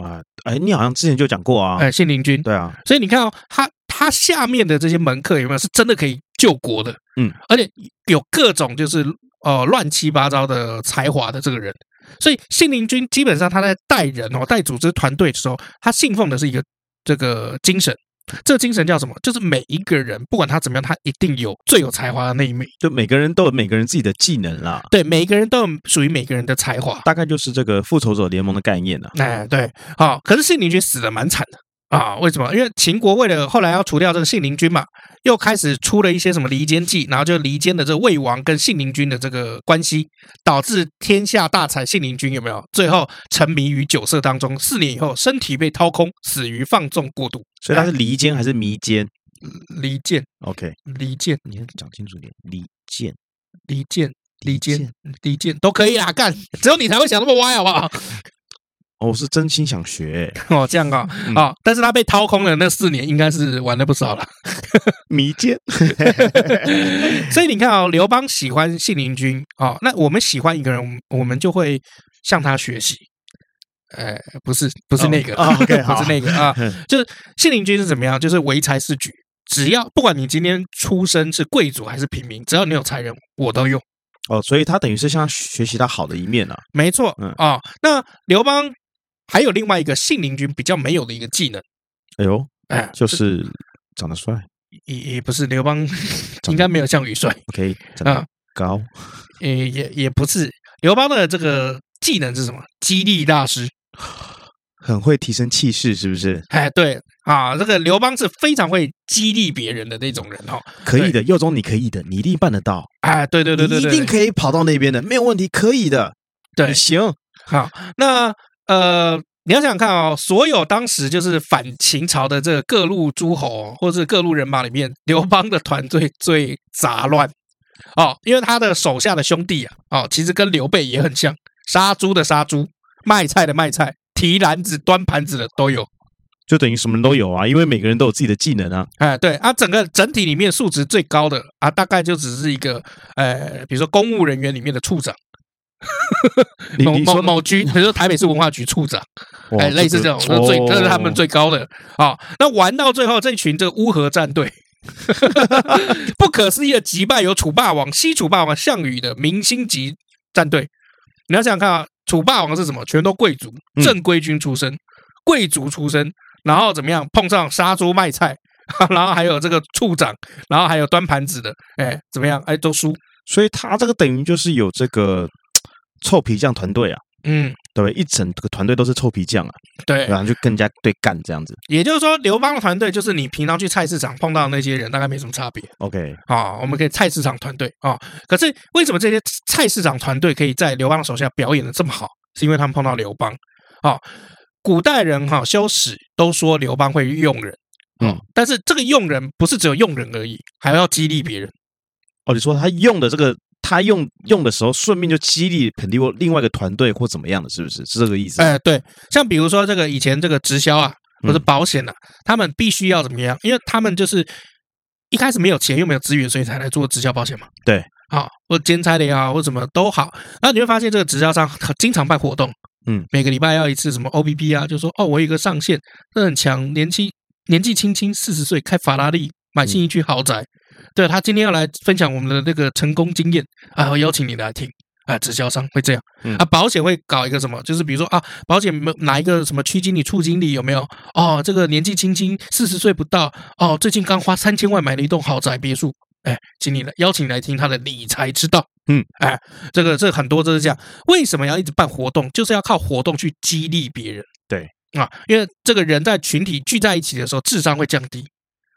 B: 啊，哎，你好像之前就讲过啊。
A: 哎，信陵君，
B: 对啊，
A: 所以你看哦，他他下面的这些门客有没有是真的可以救国的？
B: 嗯，
A: 而且有各种就是呃乱七八糟的才华的这个人，所以信陵君基本上他在带人哦、带组织团队的时候，他信奉的是一个这个精神。这个精神叫什么？就是每一个人，不管他怎么样，他一定有最有才华的那一面。
B: 就每个人都有每个人自己的技能啦，
A: 对，每一个人都有属于每个人的才华。
B: 大概就是这个复仇者联盟的概念啊。
A: 哎，对，好、可是信陵君死的蛮惨的啊，为什么？因为秦国为了后来要除掉这个信陵君嘛，又开始出了一些什么离间计，然后就离间的这魏王跟信陵君的这个关系，导致天下大财信陵君有没有？最后沉迷于酒色当中，四年以后身体被掏空，死于放纵过度。哎
B: 所以它是离间还是迷奸
A: 离间，
B: ？OK，
A: 离间，
B: 你要讲清楚点，离间，
A: 离间，离间，离间都可以啦，干，只有你才会想那么歪，好不好？
B: 哦，我是真心想 学
A: 哦，这样啊、
B: 嗯
A: 啊、但是他被掏空的那四年，应该是玩了不少了。
B: 迷奸，
A: 所以你看啊、刘邦喜欢信陵君啊、哦那我们喜欢一个人，我们我们就会向他学习。呃，不是，不是那个、
B: 哦哦，OK，好
A: 不是那个啊，
B: 嗯
A: 就是信陵君是怎么样？就是唯才是举，只要不管你今天出身是贵族还是平民，只要你有才能，我都用。
B: 哦，所以他等于是向他学习他好的一面啊。
A: 没错，
B: 嗯
A: 啊、那刘邦还有另外一个信陵君比较没有的一个技能，
B: 哎呦，
A: 哎，
B: 就是长得帅
A: 也也不是刘 邦应该没有项羽帅，
B: ，OK，长得
A: 啊
B: 高，
A: 也也也不是刘邦的这个技能是什么？激励大师。
B: 很会提升气势，是不是？
A: 哎，对啊，这个刘邦是非常会激励别人的那种人哦。
B: 可以的，佑宗你可以的，你一定办得到，
A: 哎，对对对对
B: 你
A: 对，
B: 一定可以跑到那边的，没有问题，可以的，
A: 对
B: 你行，
A: 好，啊那呃，你要想想看哦，所有当时就是反秦朝的这个各路诸侯、或者是各路人马里面，刘邦的团队最杂乱哦，因为他的手下的兄弟啊，哦，其实跟刘备也很像，杀猪的杀猪，卖菜的卖菜，提篮子端盘子的都有。
B: 就等于什么都有啊，因为每个人都有自己的技能啊。
A: 哎，对啊，整个整体里面素质最高的啊，大概就只是一个呃，比如说公务人员里面的处长，
B: 你
A: 某
B: 你
A: 某
B: 说
A: 某局，比如说台北市文化局处长，
B: 哇
A: 哎，类似这种，
B: 个
A: 这最这是他
B: 哦
A: 们最高的啊、那玩到最后，这群这个乌合战队， 不可思议的击败有楚霸王、西楚霸王项羽的明星级战队。你要想想看啊，楚霸王是什么？全都贵族，
B: 嗯
A: 正规军出身，贵族出身，然后怎么样？碰上杀猪卖菜， 然后还有这个处长，然后还有端盘子的，哎，怎么样？哎，都输。
B: 所以他这个等于就是有这个臭皮匠团队啊，
A: 嗯，
B: 对不对？一整个团队都是臭皮匠啊，
A: 对
B: 然后就更加对干这样子。
A: 也就是说，刘邦的团队就是你平常去菜市场碰到的那些人，大概没什么差别。
B: OK，
A: 啊、我们可以菜市场团队啊、可是为什么这些菜市场团队可以在刘邦手下表演的这么好？是因为他们碰到刘邦啊、古代人哈、修史都说刘邦会用人，
B: 嗯，
A: 但是这个用人不是只有用人而已，还要激励别人。
B: 哦，你说他用的这个，他用用的时候，顺便就激励肯定另外一个团队或怎么样的，是不是？是这个意思？
A: 哎、对，像比如说这个以前这个直销啊，或者
B: 嗯
A: 保险啊，他们必须要怎么样？因为他们就是一开始没有钱又没有资源，所以才来做直销保险嘛。
B: 对，
A: 啊，或兼差的也好，或什么都好。然后你会发现这个直销商很经常办活动，
B: 嗯，
A: 每个礼拜要一次什么 OBB 啊，就说哦，我有一个上线，这很强，年轻年纪轻轻四十岁开法拉利，
B: 嗯
A: 买进一区豪宅。对他今天要来分享我们的那个成功经验啊，我邀请你来听啊，直销商会这样
B: 嗯
A: 啊，保险会搞一个什么，就是比如说啊，保险某哪一个什么区经理、处经理有没有？哦，这个年纪轻轻四十岁不到，哦，最近刚花三千万买了一栋豪宅别墅，哎，请你来邀请你来听他的理财之道。
B: 嗯，
A: 哎，这个这很多都是这样。为什么要一直办活动？就是要靠活动去激励别人。
B: 对
A: 啊，因为这个人在群体聚在一起的时候，智商会降低。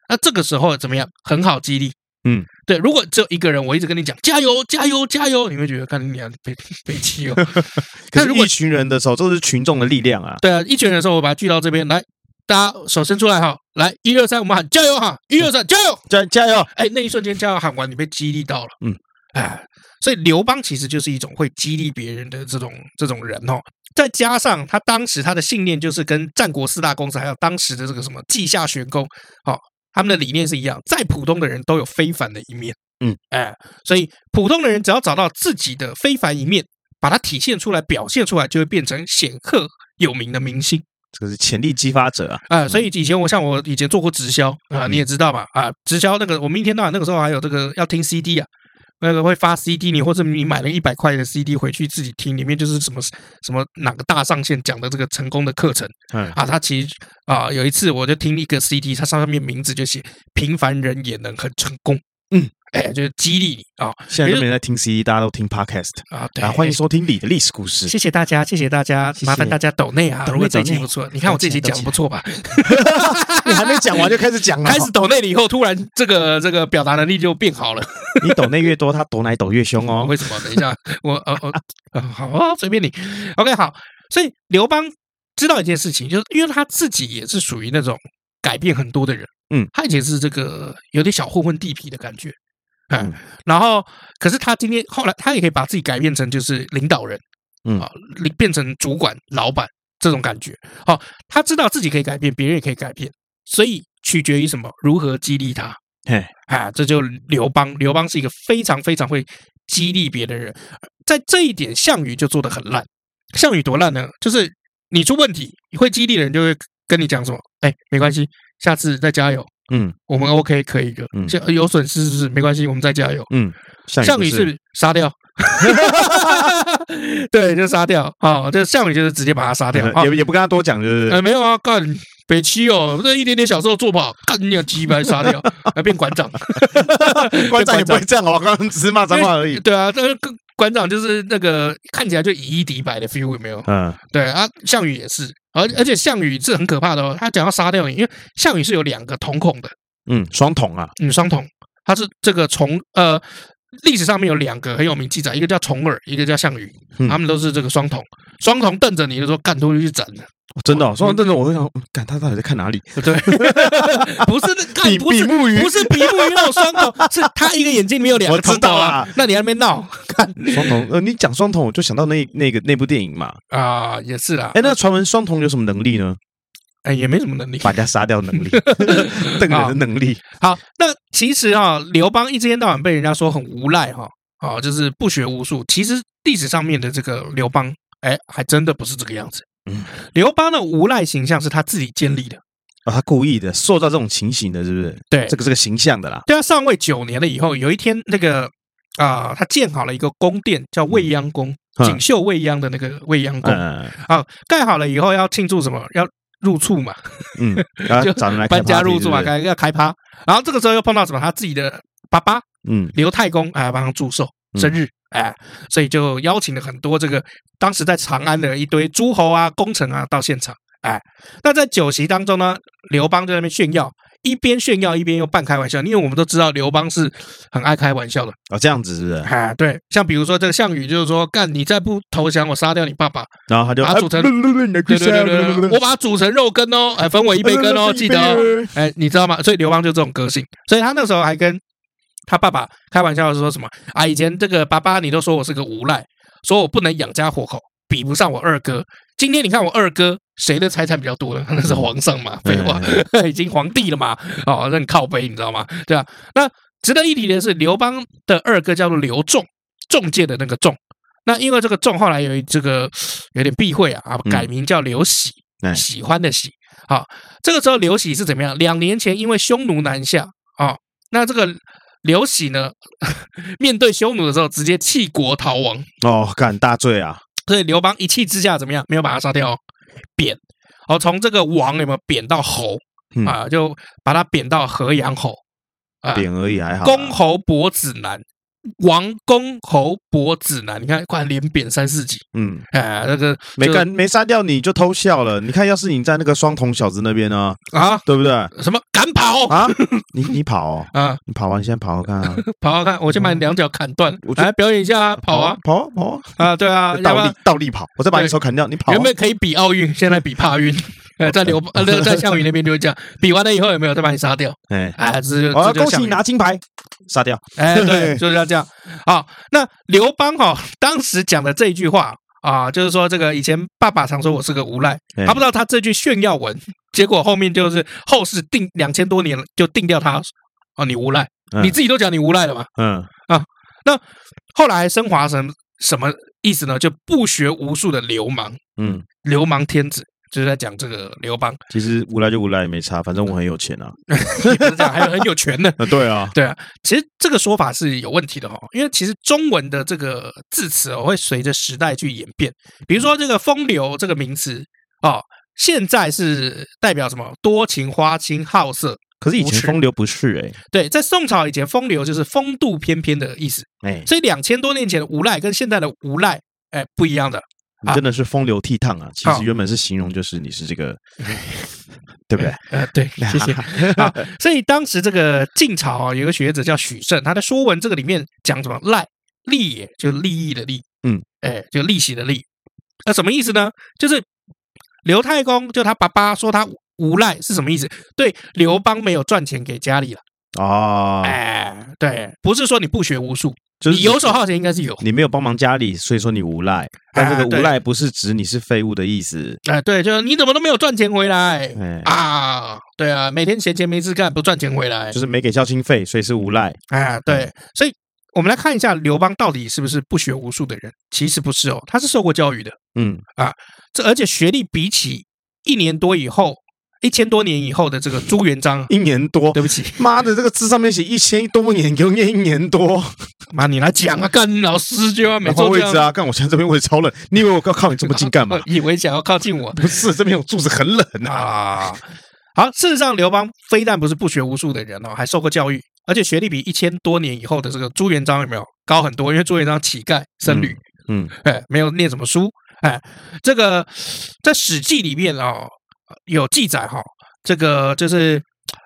A: 那这个时候怎么样？很好激励。
B: 嗯，
A: 对。如果只有一个人，我一直跟你讲加油加油加油，你会觉得看你俩被 被气哦。
B: 可
A: 但
B: 是
A: 如果
B: 一群人的时候，这是群众的力量啊。
A: 对啊，一群人的时候，我把它聚到这边来，大家手伸出来哈，来一二三，我们喊加油哈，
B: 嗯
A: 一二三加油！
B: 加加油！
A: 哎，那一瞬间加油喊完，你被激励到了，
B: 嗯，
A: 哎，所以刘邦其实就是一种会激励别人的这种这种人哦。再加上他当时他的信念就是跟战国四大公子还有当时的这个什么稷下玄公，哦，他们的理念是一样，再普通的人都有非凡的一面，
B: 嗯，
A: 哎，所以普通的人只要找到自己的非凡一面，把它体现出来、表现出来，就会变成显赫有名的明星。
B: 这个是潜力激发者啊。
A: 啊、所以以前我像我以前做过直销啊、
B: 嗯
A: 你也知道嘛啊、直销那个我们一天到晚那个时候还有这个要听 CD 啊，那个会发 CD，你或者你买了一百块的 CD 回去自己听，里面就是什么什么哪个大上线讲的这个成功的课程
B: 嗯，
A: 啊，他其实啊、有一次我就听一个 CD，它上面名字就写“平凡人也能很成功”，
B: 嗯，
A: 哎，就是激励你啊
B: 现在都没人在听 CD，大家都听 Podcast
A: 啊！对
B: 啊，欢迎收听你的历史故事。
A: 谢谢大家，谢谢大家，
B: 谢
A: 麻烦大家抖内啊！
B: 抖内
A: 如果这一
B: 抖
A: 期
B: 内
A: 不错，你看我这一期讲得不错吧？
B: 你还没讲完 就开始讲 了，哦
A: 开始抖内了以后，突然这个 这个表达能力就变好了。
B: 你抖内越多，他抖奶抖越凶哦。
A: 为什么？等一下， 我呃呃呃，好啊，随便你。OK，好。所以刘邦知道一件事情，就是因为他自己也是属于那种改变很多的人，
B: 嗯，
A: 他以前是这个有点小混混地痞的感觉，嗯
B: 嗯，
A: 然后可是他今天后来他也可以把自己改变成就是领导人，
B: 嗯
A: 啊，领变成主管、老板这种感觉。好，他知道自己可以改变，别人也可以改变，所以取决于什么？如何激励他？
B: 嘿，
A: 啊，这就刘邦。刘邦是一个非常非常会激励别的人，在这一点，项羽就做的很烂。项羽多烂呢？就是你出问题，会激励的人就会跟你讲什么：“哎，没关系，下次再加油，
B: 嗯
A: 我们 OK 可以的，
B: 嗯
A: 这有损失是不是？没关系，我们再加油。”
B: 嗯，
A: 项
B: 项
A: 羽
B: 羽
A: 是杀掉， 对，就杀掉。哦，这项羽就是直接把他杀 掉。
B: 呃
A: 哦
B: 也也不跟他多讲，就是
A: 呃，没有啊，干北七哦，这一点点小时候做不好，干你娘鸡掰杀掉，还变馆长，
B: 馆长也不会
A: 变
B: 这样哦，刚刚只是骂脏话而已。
A: 对啊，但是跟馆长就是那个看起来就以一敌百的 feel 有没有？
B: 嗯
A: 对啊，项羽也是，而而且项羽是很可怕的哦，他讲要杀掉你，因为项羽是有两个瞳孔的
B: 嗯，双筒啊，
A: 女双瞳，他是这个从呃。历史上面有两个很有名记载，一个叫重耳，一个叫项羽，
B: 嗯
A: 他们都是这个双瞳，双瞳瞪着你就说干出去斩 了，
B: 哦真的哦，双筒瞪着我，我想，嗯干他到底在 看哪里？
A: 对不对？不是 那看
B: 比
A: 不是
B: 比目鱼
A: 不是比目鱼那种双瞳，是他一个眼睛里面有两个
B: 我知
A: 瞳孔
B: 道
A: 啊
B: 啦。
A: 那你还没闹
B: 双筒，呃，你讲双筒，我就想到那那个那部电影嘛。
A: 啊？也是啦，
B: 哎，那传闻双筒有什么能力呢？
A: 哎，也没什么能力。
B: 把人家杀掉的 能力，瞪人的能力。
A: 好，那其实啊、刘邦一天到晚被人家说很无赖哈、哦，就是不学无术。其实历史上面的这个刘邦，哎，还真的不是这个样子。
B: 嗯，
A: 刘邦的无赖形象是他自己建立的。
B: 哦，他故意的塑造这种情形的，是不是？
A: 对
B: 这个这个形象的啦。
A: 对他啊上位九年了以后，有一天那个啊、他建好了一个宫殿，叫未央宫，
B: 嗯
A: 锦绣未央的那个未央宫啊、
B: 嗯
A: 盖好了以后要庆祝什么？要入厝嘛，
B: 嗯， 然后找人来开
A: 搬家
B: party，
A: 入住嘛，
B: 对不对
A: 该要开趴。然后这个时候又碰到什么？他自己的爸爸
B: 嗯
A: 刘太公哎帮他祝寿
B: 嗯
A: 生日哎，所以就邀请了很多这个当时在长安的一堆诸侯啊、功臣啊到现场哎。那在酒席当中呢，刘邦就在那边炫耀，一边炫耀一边又半开玩笑，因为我们都知道刘邦是很爱开玩笑的
B: 哦，这样子是不是？
A: 哎。对，像比如说这个项羽就是说，干你再不投降，我杀掉你爸爸，
B: 然后他就
A: 把它煮成对对对对对，我把它煮成肉羹哦，哎，分我一杯羹哦，记得哦。 哎，你知道吗？所以刘邦就这种个性，所以他那时候还跟他爸爸开玩笑说什么啊？以前这个爸爸你都说我是个无赖，说我不能养家活口，比不上我二哥。今天你看我二哥谁的财产比较多呢？那
B: 嗯
A: 是皇上嘛，废话，
B: 哎
A: 已经皇帝了嘛，哦，那很靠背，你知道吗？对啊。那值得一提的是，刘邦的二哥叫做刘仲，仲介的那个仲。那因为这个仲后来有一这个有点避讳啊，啊
B: 嗯
A: 改名叫刘喜，
B: 哎
A: 喜欢的喜。好，这个时候刘喜是怎么样？两年前因为匈奴南下啊、哦那这个刘喜呢， 面对匈奴的时候直接弃国逃亡，
B: 哦，干大罪啊！
A: 所以刘邦一气之下怎么样？没有把他杀掉、哦，贬。哦，从这个王有没有贬到侯
B: 嗯
A: 啊、就把他贬到河阳侯啊、
B: 扁而已还好啦。
A: 公侯伯子男，王公侯伯子男，你看，快连贬三四级，
B: 嗯，
A: 哎，那个
B: 没
A: 就
B: 干没杀掉你就偷笑了。你看，要是你在那个双瞳小子那边呢，
A: 啊，
B: 对不对？啊，
A: 什么敢跑啊
B: 你你跑哦，你跑完先跑跑看啊，
A: 跑跑看，我先把你两脚砍断
B: 我，觉得
A: 来表演一下啊， 跑啊
B: 跑啊跑啊，
A: 啊，对啊，要不
B: 倒
A: 然
B: 立倒立跑，我再把你手砍掉，你跑啊
A: 原。本可以比奥运，现在比帕 运。呃，在刘呃，在在项羽那边就会这样， 比完了以后有没有再把你杀掉？
B: 哎，
A: 哎，这就
B: 我要
A: 这就
B: 恭喜
A: 项
B: 你
A: 羽
B: 拿金牌，杀掉。
A: 哎，对，就是要这样。好，那刘邦哈、当时讲的这一句话啊，就是说这个以前爸爸常说我是个无赖，
B: 哎
A: 他不知道他这句炫耀文，结果后面就是后世定两千多年了，就定掉他哦，你无赖，
B: 嗯
A: 你自己都讲你无赖了嘛。
B: 嗯，
A: 那后来升华成什么意思呢？就不学无术的流氓，
B: 嗯，
A: 流氓天子。就是在讲这个刘邦，
B: 其实无赖就无赖也没差，反正我很有钱啊。
A: 也不是这样，还有很有权的，
B: 啊，对啊，
A: 对啊，其实这个说法是有问题的哈、哦因为其实中文的这个字词哦，会随着时代去演变。比如说这个“风流”这个名词哦，现在是代表什么多情、花心、好色
B: 可是以前
A: 无耻
B: 风流不是哎、
A: 对，在宋朝以前，风流就是风度翩翩的意思。
B: 哎、
A: 所以两千多年前的无赖跟现在的无赖，哎，不一样的。
B: 你真的是风流倜傥啊！其
A: 好
B: 实原本是形容就是你是 这个，对不对？
A: 呃， 对，谢谢。啊，所以当时这个晋朝啊，有个学者叫许慎，他在《说文》这个里面讲什么“赖利也”，就利益的利，
B: 嗯，
A: 哎，就利息的利。那什么意思呢？就是刘太公就他爸爸说他无赖是什么意思？对，刘邦没有赚钱给家里了。
B: 哦，
A: 哎，对，不是说你不学无术，
B: 就是
A: 你游手好闲应该是有。
B: 你没有帮忙家里，所以说你无赖。但这
A: 啊
B: 个
A: 对
B: 无赖不是指你是废物的意思。
A: 哎，对，就是你怎么都没有赚钱回来
B: 哎，
A: 啊？对啊，每天闲钱没事干，不赚钱回来
B: 就，是没给孝心费，所以是无赖。
A: 啊，对，所以我们来看一下刘邦到底是不是不学无术的人？其实不是哦，他是受过教育的，
B: 嗯，
A: 这而且学历比起一年多以后、一千多年以后的这个朱元璋，
B: 一年多，
A: 对不起，
B: 妈的，这个字上面写一千多年，给我念一年多，
A: 妈你来讲啊，干老师就要每
B: 来换
A: 周
B: 位
A: 这
B: 置
A: 样，呃
B: 啊！干，我现在这边位置超冷，你以为我要靠你这么近
A: ？
B: 干嘛
A: 以为想要靠近我
B: 不是，这边有柱子很冷啊。
A: 啊。好，事实上，刘邦非但不是不学无术的人哦，还受过教育，而且学历比一千多年以后的这个朱元璋有没有高很多？因为朱元璋乞丐僧侣，
B: 嗯，
A: 哎，没有念什么书，哎，这个在《史记》里面哦有记载哈、这个就是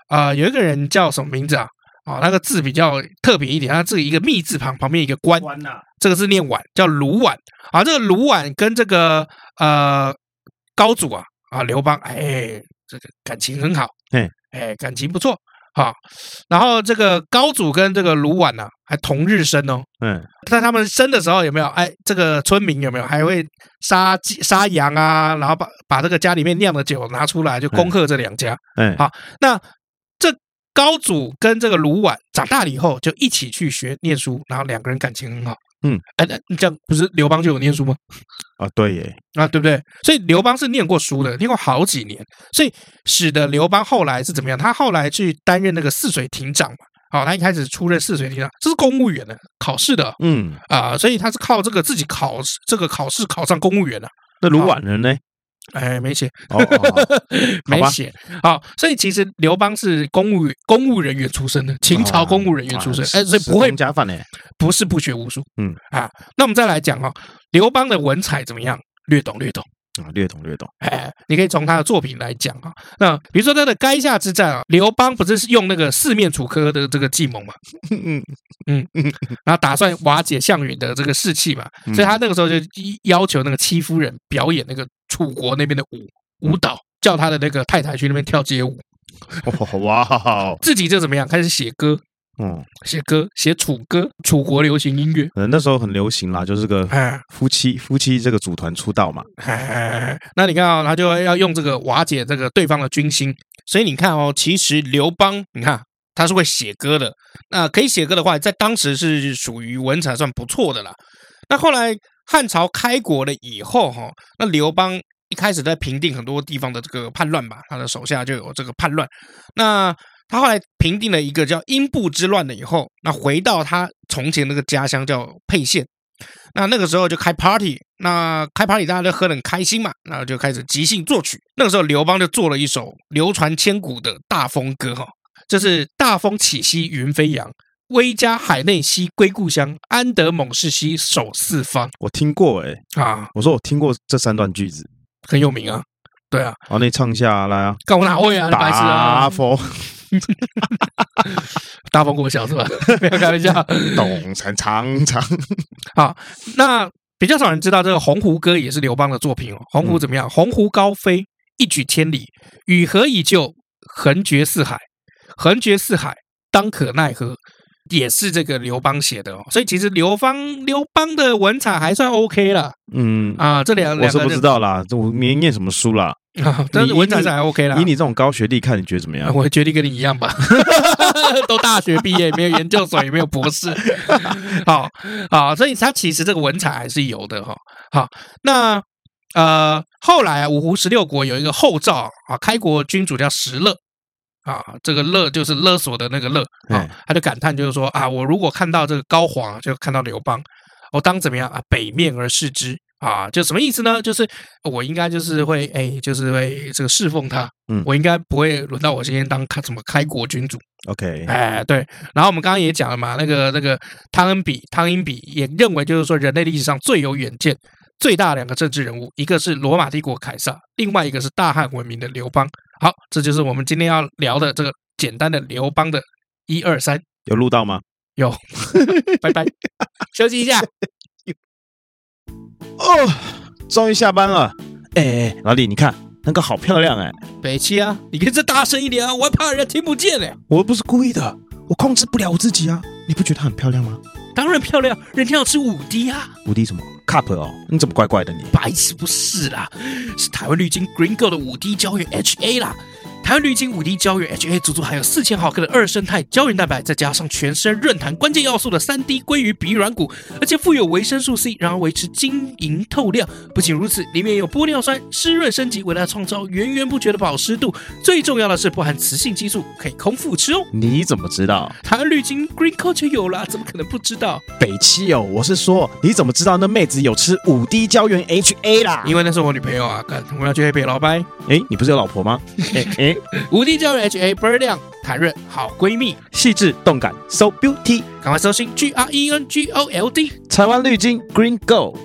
A: 啊、呃有一个人叫什么名字啊？哦，那个字比较特别一点，他字一个密字旁，旁边一个官，
B: 关呐，
A: 这个是念碗，叫卢碗啊。这个卢碗跟这个呃高祖啊啊刘邦，哎，这个感情很好，
B: 嘿，
A: 哎，感情不错啊。然后这个高祖跟这个卢碗呢、还同日生哦，
B: 嗯，
A: 在他们生的时候有没有？哎，这个村民有没有还会杀鸡、杀羊啊？然后把把这个家里面酿的酒拿出来，就恭贺这两家。
B: 哎
A: 好，那这高祖跟这个卢绾长大了以后，就一起去学念书，然后两个人感情很好。
B: 嗯，
A: 哎，那这样不是刘邦就有念书吗？
B: 啊，对耶，
A: 啊，对不对？所以刘邦是念过书的，念过好几年，所以使得刘邦后来是怎么样？他后来去担任那个泗水亭长嘛。好、他一开始出任泗水亭长，这是公务员的考试的。
B: 嗯，
A: 啊、所以他是靠这个自己考试这个考试考上公务员的、啊
B: 那卢婉人呢？
A: 哎，没写，
B: 哦， 哦哦
A: 没
B: 好吧
A: 写。好，所以其实刘邦是公务公务人员出身的，秦朝公务人员出身，哎、
B: 啊
A: 所以
B: 哦是
A: 不会
B: 公家饭呢。
A: 不是不学无术。
B: 嗯
A: 啊，那我们再来讲哦，刘邦的文采怎么样？略懂略懂。
B: 啊，略懂略懂。
A: 哎，你可以从他的作品来讲啊。那比如说他的垓下之战啊，刘邦不是用那个四面楚歌的这个计谋嘛，
B: 嗯
A: 然后打算瓦解项羽的这个士气嘛，
B: 嗯
A: 所以他那个时候就要求那个戚夫人表演那个楚国那边的舞舞蹈，叫他的那个太太去那边跳街舞，
B: 哦哇哦，
A: 自己就怎么样开始写歌，
B: 嗯，
A: 写歌，写楚歌，楚国流行音乐，
B: 可能那时候很流行啦，就是个
A: 哎
B: 夫妻夫妻这个组团出道嘛。
A: 哎， 那你看哦，他就要用这个瓦解这个对方的军心，所以你看哦，其实刘邦，你看他是会写歌的，那可以写歌的话，在当时是属于文采算不错的啦。那后来汉朝开国了以后哈、那刘邦一开始在平定很多地方的这个叛乱吧，他的手下就有这个叛乱。那他后来平定了一个叫英布之乱了以后，那回到他从前那个家乡叫沛县。那那个时候就开 party，那开 party 大家都喝得很开心嘛，然后就开始即兴作曲。那个时候刘邦就做了一首流传千古的《大风歌》哈，就是“大风起兮云飞扬，威加海内兮归故乡，安得猛士兮守四方
B: 我听过哎、”
A: 啊，
B: 我说我听过这三段句子，哦
A: 很有名啊。对啊，
B: 好，那你唱一下、来啊，
A: 干我哪会啊？你白痴
B: 打
A: 啊！
B: 佛
A: 大风过小是吧？ 没有开玩笑。
B: 董成长长，
A: 那比较少人知道，这个《鸿鹄歌》也是刘邦的作品哦。鸿
B: 嗯
A: 鹄怎么样？鸿鹄高飞，一举千里；与合以就，横绝四海。横绝四海，当可奈何？也是这个刘邦写的哦。所以其实刘邦刘邦的文采还算 OK 啦。
B: 嗯，
A: 啊，这两
B: 我
A: 两
B: 是
A: 个
B: 不知道啦，这我没念什么书啦，
A: 人啊， 但是
B: 你
A: 文采上还 OK 啦哎
B: 以。你这种高学历看，你啊觉得怎么样？
A: 我决定跟你一样 吧， 都大学毕业，没有研究所，也没有博士。好好，所以他其实这个文采还是有的哈、哦好，那呃，后来啊，五胡十六国有一个后赵啊，开国君主叫石勒。啊，这个勒就是勒索的那个勒啊
B: 哎，
A: 他就感叹就是说啊啊，我如果看到这个高皇，就看到刘邦，我当怎么样啊？北面而视之，啊，就什么意思呢？就是我应该就是会哎，就是会这个侍奉他，
B: 嗯
A: 我应该不会轮到我今天当开什么开国君主，
B: OK，
A: 哎，对。然后我们刚刚也讲了嘛，那个那个汤恩比，汤因比也认为就是说人类历史上最有远见、最大的两个政治人物，一个是罗马帝国凯撒，另外一个是大汉文明的刘邦。好，这就是我们今天要聊的这个简单的刘邦的一二三，
B: 有录到吗？
A: 有，拜拜，休息一下。
B: 哦，终于下班了。 哎哎，老李，你看那个好漂亮哎！
A: 北七啊，你可以再大声一点啊，我还怕人家听不见嘞、
B: 我又不是故意的，我控制不了我自己啊！你不觉得她很漂亮吗？
A: 当然漂亮，人家要吃五滴啊，
B: 五 D 什么 cup 哦？你怎么怪怪的你？
A: 白痴不是啦，是台湾绿金 Green Gold 的五滴胶原 HA 啦。台湾绿金五滴胶原 HA 足足含有四千毫克的二生态胶原蛋白，再加上全身润弹关键要素的三 D 鲑鱼鼻软骨，而且富有维生素 C，然而维持晶莹透亮。不仅如此，里面有玻尿酸，湿润升级，为它创造源源不绝的保湿度。最重要的是，不含雌性激素，可以空腹吃哦。
B: 你怎么知道？
A: 台湾绿金 Green Gold 就有啦，怎么可能不知道？
B: 北七哦，我是说，你怎么知道那妹子有吃五 D 胶原 HA 啦？
A: 因为那是我女朋友啊，干，我要去黑北老白。
B: 哎，你不是有老婆 吗？哎哎，
A: 无敌胶原 HA 倍儿亮，弹润好闺蜜，
B: 细致动感，so beauty，
A: 赶快搜寻 G R E N G O L D。
B: 台湾绿金 Green Go。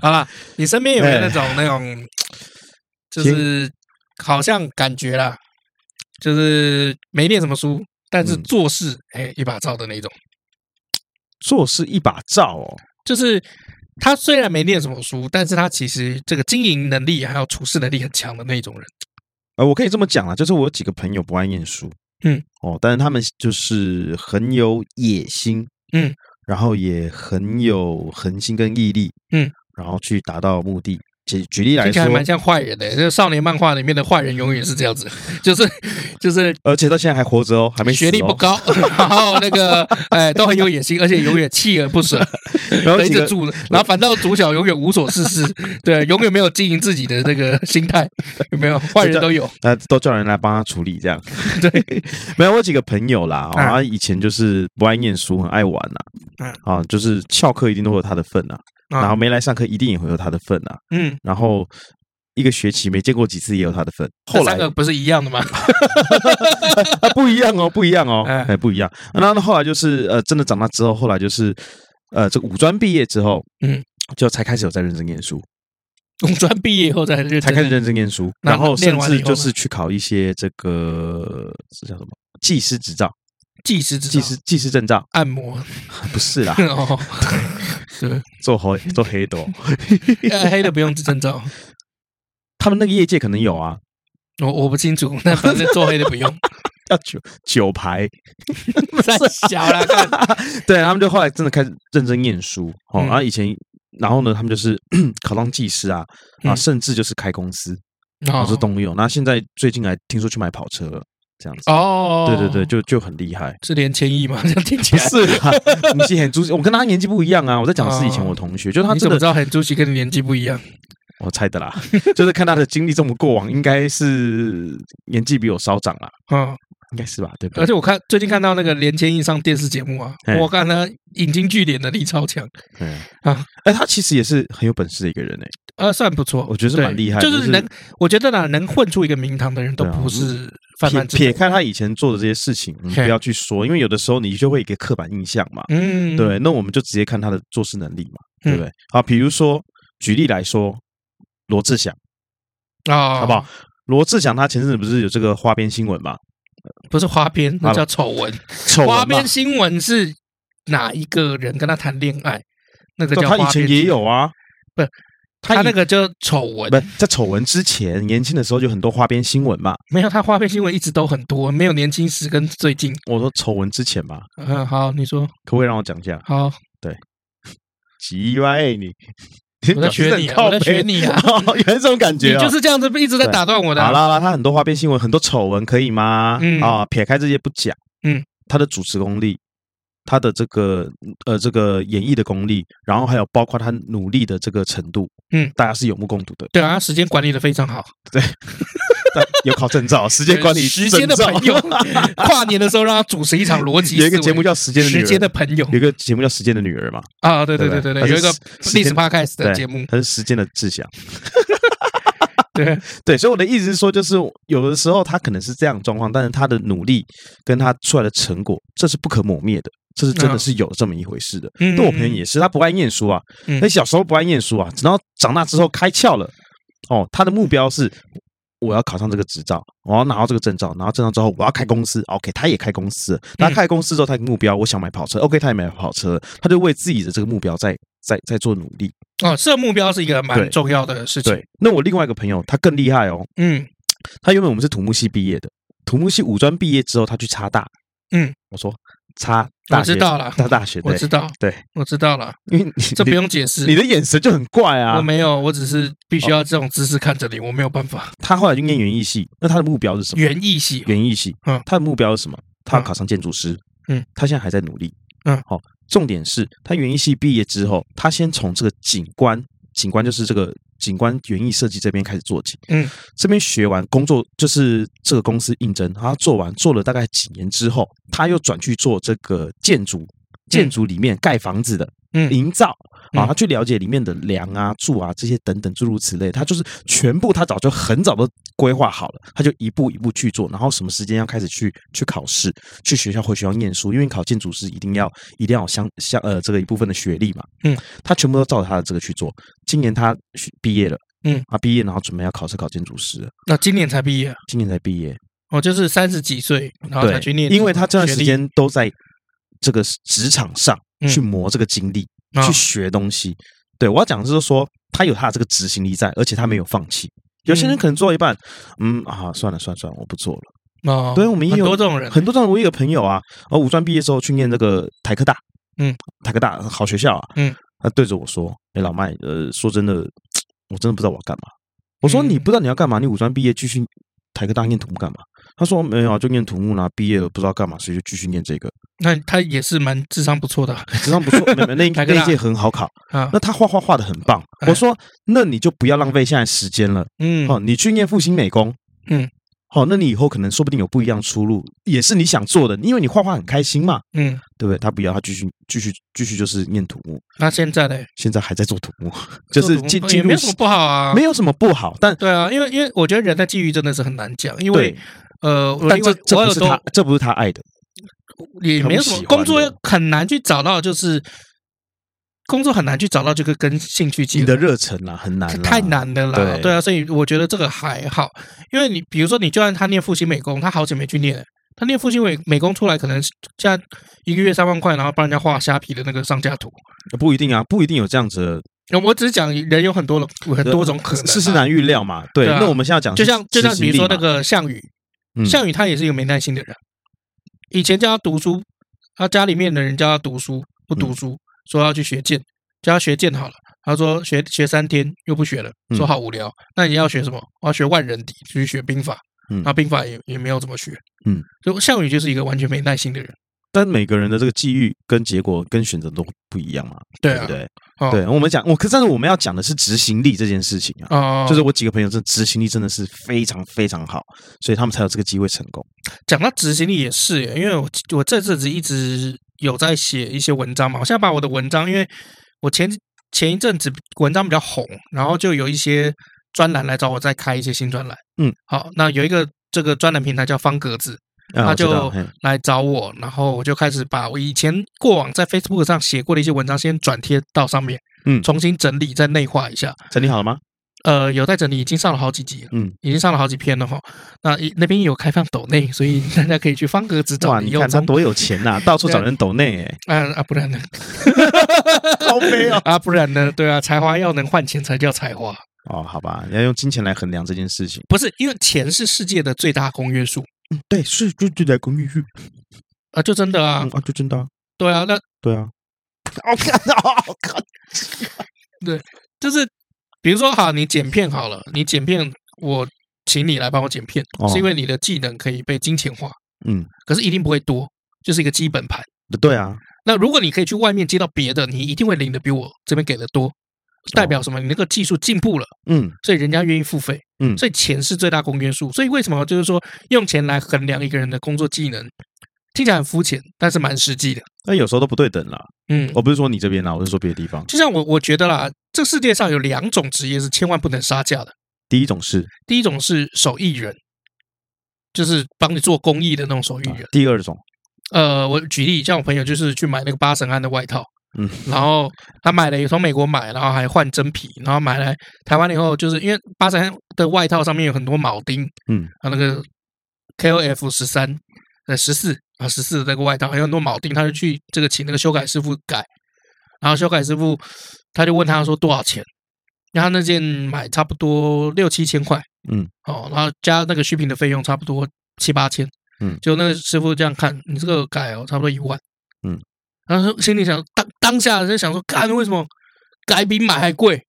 A: 好了，你身边有没有那种那种，就是好像感觉啦，就是没念什么书，但是
B: 嗯
A: 做事哎、一把照的那种，
B: 做事一把照哦，
A: 就是。他虽然没念什么书，但是他其实这个经营能力还有处事能力很强的那种人。
B: 呃，我可以这么讲啦，就是我有几个朋友不爱念书，
A: 嗯，
B: 哦，但是他们就是很有野心，
A: 嗯，
B: 然后也很有恒心跟毅力，
A: 嗯，然
B: 然后去达到目的。举举例来
A: 听起来
B: 说，
A: 蛮像坏人的、就是少年漫画里面的坏人永远是这样子， 就是就是
B: 而且到现在还活着哦，还没死
A: 学历
B: 哦
A: 不， 高，然后那个哎都很有野心，而且永远锲而不舍，
B: 然后
A: 逮
B: 几
A: 着
B: 个
A: 住，然后反倒主角永远无所事 事，对，永远没有经营自己的那个心态，有没有？坏人都有，
B: 那都叫人来帮他处理 这样。
A: 对，
B: 没有我有几个朋友啦，哦
A: 啊
B: 他以前就是不爱念书，很爱玩
A: 嗯
B: 呐，啊，就是翘课一定都会有他的份呐，
A: 啊
B: 然后没来上课一定也会有他的份呐，
A: 嗯，
B: 然后一个学期没见过几次也有他的份。后
A: 这
B: 来
A: 三个不是一样 的吗？
B: 啊，不一样哦，不一样哦，
A: 哎
B: 哎，不一样。然后后来就是呃，真的长大之后，后来就是呃，这个五专毕业之后，
A: 嗯，
B: 就才开始有在认真念书，
A: 工专毕业以后才认真
B: 才开始认真念书，
A: 那
B: 然后
A: 练
B: 甚
A: 完了以
B: 至
A: 后呢
B: 就是去考一些这个这叫什么技师执照、
A: 技师指导、
B: 技师技师证照，
A: 按摩，
B: 不是啦
A: 哦，
B: 做黑做黑的哦。
A: 呃黑的不用证照，
B: 他们那个业界可能有啊，
A: 我我不清楚，但反正做黑的不 用，
B: 要九九排，
A: 太小了，干
B: 对他们就后来真的开始认真念书哦，
A: 嗯
B: 然后以前。然后呢，他们就是 考上技师啊，啊，
A: 嗯
B: 甚至就是开公司，
A: 哦
B: 我是动物用。那现在最近还听说去买跑车了，这样子。
A: 哦，
B: 对对对，，就就很厉害。
A: 是连千亿嘛， 这样听起
B: 不
A: 来。
B: 是啊， 你是很猪，我跟他年纪不一样啊。我在讲的是以前我同学，就是他
A: 你怎
B: 真
A: 么知
B: 的，
A: 道很主席跟你年纪不一样？
B: 我猜的啦， 就是看他的经历这么过往，应该是年纪比我稍长啦，
A: 嗯，
B: 应该是吧？对不
A: 而
B: 对？
A: 且我看最近看到那个连千亿上电视节目啊，
B: 嘿
A: 我看他引经据典能力超强，
B: 嗯
A: 啊
B: 哎，他其实也是很有本事的一个人哎，
A: 呃，算不错，
B: 我觉得是
A: 对
B: 蛮厉害的
A: 就
B: 就是是
A: 能，我觉得呢，能混出一个名堂的人都
B: 对啊
A: 不是泛
B: 撇
A: 泛之辈
B: 撇。开他以前做的这些事情，我们
A: 嘿
B: 不要去说，因为有的时候你就会有一个刻板印象嘛。
A: 嗯，
B: 对，那我们就直接看他的做事能力嘛，对不
A: 嗯
B: 对？好，比如说举例来说，罗志祥。
A: 啊，
B: 好不好？？罗志祥他前阵子不是有这个花边新闻嘛，
A: 不是花边，那
B: 好吧
A: 叫丑闻。
B: 丑闻嘛
A: 花边新闻是哪一个人跟他谈恋爱？那个
B: 对
A: 叫
B: 他
A: 花
B: 以前
A: 边
B: 也
A: 新哎
B: 有啊，
A: 不，
B: 他
A: 他那
B: 以
A: 个叫丑闻
B: 不，在丑闻之前，年轻的时候就很多花边新闻嘛。
A: 没有他花边新闻一直都很多，没有年轻时跟最近。
B: 我说丑闻之前嘛，
A: 嗯，好，你说
B: 可不可以让我讲一下？
A: 好，
B: 奇歪你，
A: 我
B: 你
A: 在
B: 表示
A: 学
B: 很
A: 你啊，
B: 靠
A: 我在学
B: 北，
A: 你 啊，
B: 原来这种感
A: 你
B: 觉啊
A: 就。是这样子一直在打断我的啊。
B: 好啦啦，他很多花边新闻，很多丑闻，可以吗？
A: 嗯
B: 啊，撇开这些不讲，
A: 嗯，
B: 他的主持功力，他的这个呃这个演绎的功力，然后还有包括他努力的这个程度，
A: 嗯，
B: 大家是有目共睹的。
A: 对啊，时间管理的非常好。
B: 但有考 证照，时间管理
A: 时间的
B: 证照
A: 朋友， 跨年的时候让他主持一场逻辑思维。
B: 有一个节目叫《时间的女儿
A: 时》，间的朋友
B: 有一个节目叫《时间的女儿》嘛，
A: 啊，对对对
B: 对
A: 对
B: 他
A: 对，
B: 是
A: 有一个
B: 时
A: 历史
B: 间
A: podcast 的
B: 对
A: 节目，
B: 它是时间的志向。
A: 对
B: 对，所以我的意思是说，就是有的时候他可能是这样的状况，但是他的努力跟他出来的成果，这是不可磨灭的，这是真的是有这么一回事的。
A: 嗯
B: 那、我朋友也是，他不爱念书啊，
A: 嗯
B: 那小时候不爱念书啊，然后长大之后开窍了，哦，他的目标是。我要考上这个执照，我要拿到这个证照，拿到证照之后，我要开公司。OK，他也开公司了，他开公司之后，他的目标，我想买跑车。OK，他也买跑车了，他就为自己的这个目标在在在做努力。
A: 哦，设目标是一个蛮
B: 对
A: 重要的事情。
B: 对，那我另外一个朋友，他更厉害哦，
A: 嗯
B: 他原本我们是土木系毕业的，土木系五专毕业之后，他去插大。
A: 嗯，
B: 我说插大学，
A: 我知道了
B: 插大学，
A: 我
B: 对
A: 知，道，
B: 对，
A: 我知道了，
B: 因为你
A: 这不
B: 你
A: 用解释
B: 你。的眼神就很怪啊
A: 我。没有，我只是必须要这种姿势看着你，我没有办法。
B: 他后来就念园艺系，那他的目标是什么？
A: 园艺系，
B: 园艺系，
A: 嗯
B: 他的目标是什么？他要考上建筑师，
A: 嗯，
B: 他现在还在努力，
A: 嗯
B: 好、重点是他园艺系毕业之后，他先从这个景观，景观就是这个景观园艺设计这边开始做起，
A: 嗯，
B: 这边学完工作就是这个公司应征，他做完做了大概几年之后，他又转去做这个建筑。建筑里面盖房子的
A: 嗯
B: 营造啊，
A: 嗯
B: 他去了解里面的梁啊、柱啊这些等等诸如此类，他就是全部他早就很早都规划好了，他就一步一步去做，然后什么时间要开始去去考试，去学校回学校念书，因为考建筑师一定要一定要有相相呃这个一部分的学历嘛，
A: 嗯，
B: 他全部都照着他的这个去做。今年他学毕业了，
A: 嗯，
B: 啊毕业然后准备要考试考建筑师了，
A: 那今年才毕业，
B: 今年才毕业，
A: 我就是三十几岁，然后才
B: 对
A: 去，念，
B: 因为他这段时
A: 学历
B: 间都在这个职场上
A: 嗯
B: 去磨这个经历，
A: 啊
B: 去学东西。对我要讲的就是说，他有他的这个执行力在，而且他没有放弃。有些人可能做到一半，嗯啊，算了算了算了，我不做了。
A: 哦，
B: 对，我们也
A: 很
B: 有
A: 多这种人，
B: 很多这样，我有一个朋友啊，哦，五专毕业之后去念这个台科大，
A: 嗯，
B: 台科大好学校啊，
A: 嗯，
B: 他对着我说：“哎，老麦，呃，说真的，我真的不知道我要干嘛。”我说：“
A: 嗯
B: 你不知道你要干嘛？你五专毕业继续台科大念土木干嘛？”他说：“没有啊，就念土木啦，毕业了不知道干嘛，所以就继续念这个，
A: 那他也是蛮智商不错的啊
B: 职上不错，没没那 一
A: 台科大
B: 那一届很好考。
A: 啊
B: 那，他画画画的很棒。”
A: 哎
B: 我说：“那你就不要浪费现在时间了。”
A: 嗯
B: 哦，你去念复兴美工，
A: 嗯，
B: 好、那你以后可能说不定有不一样的出路，也是你想做的，因为你画画很开心嘛，
A: 嗯，
B: 对不对？他不要，他继续继续继续就是念土木，
A: 那现在嘞，
B: 现在还在做土木，就是进
A: 做主播
B: 进
A: 也
B: 入
A: 没有什么不好啊，
B: 没
A: 有。
B: 有什么不好，但
A: 对啊，因为因为我觉得人的际遇真的是很难讲，因为
B: 对，
A: 呃，我
B: 但
A: 因
B: 这
A: 为
B: 这
A: 我
B: 不
A: 有
B: 是
A: 时候
B: 他，这不是他爱的，
A: 也没有什么
B: 他不喜欢
A: 工作
B: 的
A: 很难去找到，就是工作很难去找到这个跟兴趣结
B: 你
A: 合
B: 的热忱啦，很难啦，
A: 太难的啦，
B: 对
A: 对啊，所以我觉得这个还好，因为你比如说你就算他念复兴美工，他好久没去念了，他念复兴美美工出来，可能是现在一个月三万块，然后帮人家画虾皮的那个上架图。
B: 不一定啊，不一定有这样子
A: 呃我只是讲人有很多种很
B: 的
A: 多种可能、啊
B: 世事，难预料嘛，对。
A: 对啊
B: 那我们现在讲
A: 就是像就像
B: 执
A: 比如
B: 行力
A: 说
B: 嘛
A: 那个项羽，
B: 嗯
A: 项羽他也是一个没耐心的人，以前叫他读书，他家里面的人叫他读书，不读
B: 嗯
A: 书，说要去学剑，叫他学剑好了。他说学学三天又不学了，
B: 嗯
A: 说好无聊。那你要学什么？我要学万人敌，去学兵法。
B: 嗯
A: 那兵法也也没有怎么学。
B: 嗯，
A: 所以项羽就是一个完全没耐心的人。
B: 但每个人的这个际遇跟结果跟选择都不一样嘛，
A: 对
B: 对
A: 啊
B: 不，对？
A: 哦
B: 对，我们讲我可，但是我们要讲的是执行力这件事情啊。
A: 哦，
B: 就是我几个朋友，这执行力真的是非常非常好，所以他们才有这个机会成功。
A: 讲到执行力也是耶，因为我我这阵子一直有在写一些文章嘛，我现在把我的文章，因为我前前一阵子文章比较红，然后就有一些专栏来找我再开一些新专栏。
B: 嗯，
A: 好，那有一个这个专栏平台叫方格子，
B: 啊
A: 他
B: 我知道
A: 就
B: 嘿
A: 来找我，然后我就开始把我以前过往在 Facebook 上写过的一些文章先转贴到上面，
B: 嗯
A: 重新整理再内化一下。
B: 整理好了吗？
A: 呃，有在整理，已经上了好几集了，
B: 嗯，
A: 已经上了好几篇了哈。那一那边有开放抖 内，所以大家可以去方格子找
B: 哇，
A: 李
B: 你
A: 佑
B: 看他
A: 宗，
B: 多有 钱呐、到处找人抖内、欸，
A: 啊啊，不然呢？
B: 好悲哦。
A: 啊，不然呢？对啊，才华要能换钱才叫才华，
B: 哦，好吧，你要用金钱来衡量这件事情。
A: 不是因为钱是世界的最大公约数
B: 嗯，对，是就就在公寓去
A: 啊，就真的啊，
B: 啊，就真的、啊，
A: 对啊，那
B: 对 啊。好看啊，好看！
A: 就是比如说，好，你剪片好了，你剪片，我请你来帮我剪片，
B: 哦
A: 是因为你的技能可以被金钱化，
B: 嗯，
A: 可是一定不会多，就是一个基本盘。
B: 对啊，
A: 那如果你可以去外面接到别的，你一定会领的比我这边给的多，代表什么？你那个技术进步了，
B: 嗯，
A: 所以人家愿意付费。
B: 嗯
A: 所以钱是最大公约数。所以为什么就是说用钱来衡量一个人的工作技能，听起来很肤浅，但是蛮实际的。
B: 但有时候都不对等啦。
A: 嗯，
B: 我不是说你这边啦，我是说别的地方。
A: 就像我我觉得啦，这世界上有两种职业是千万不能杀价的。
B: 第一种是，
A: 第一种是手艺人，就是帮你做公益的那种手艺人。
B: 啊第二种，
A: 呃，我举例，像我朋友就是去买那个八神庵的外套，
B: 嗯，
A: 然后他买了，从美国买，然后还换真皮，然后买来台湾了以后，就是因为八神庵的外套上面有很多铆钉，
B: 嗯，
A: 啊，那个 KOF 十三呃十四啊十四的那个外套还有很多铆钉，他就去这个请那个修改师傅改，然后修改师傅他就问他说多少钱，然后那件买差不多六七千块，
B: 嗯，
A: 哦，然后加那个续品的费用差不多七八千，
B: 嗯
A: 就那个师傅这样看你这个改哦，差不多一万，
B: 嗯，
A: 然后心里想当当下就想说，看为什么改比买还贵？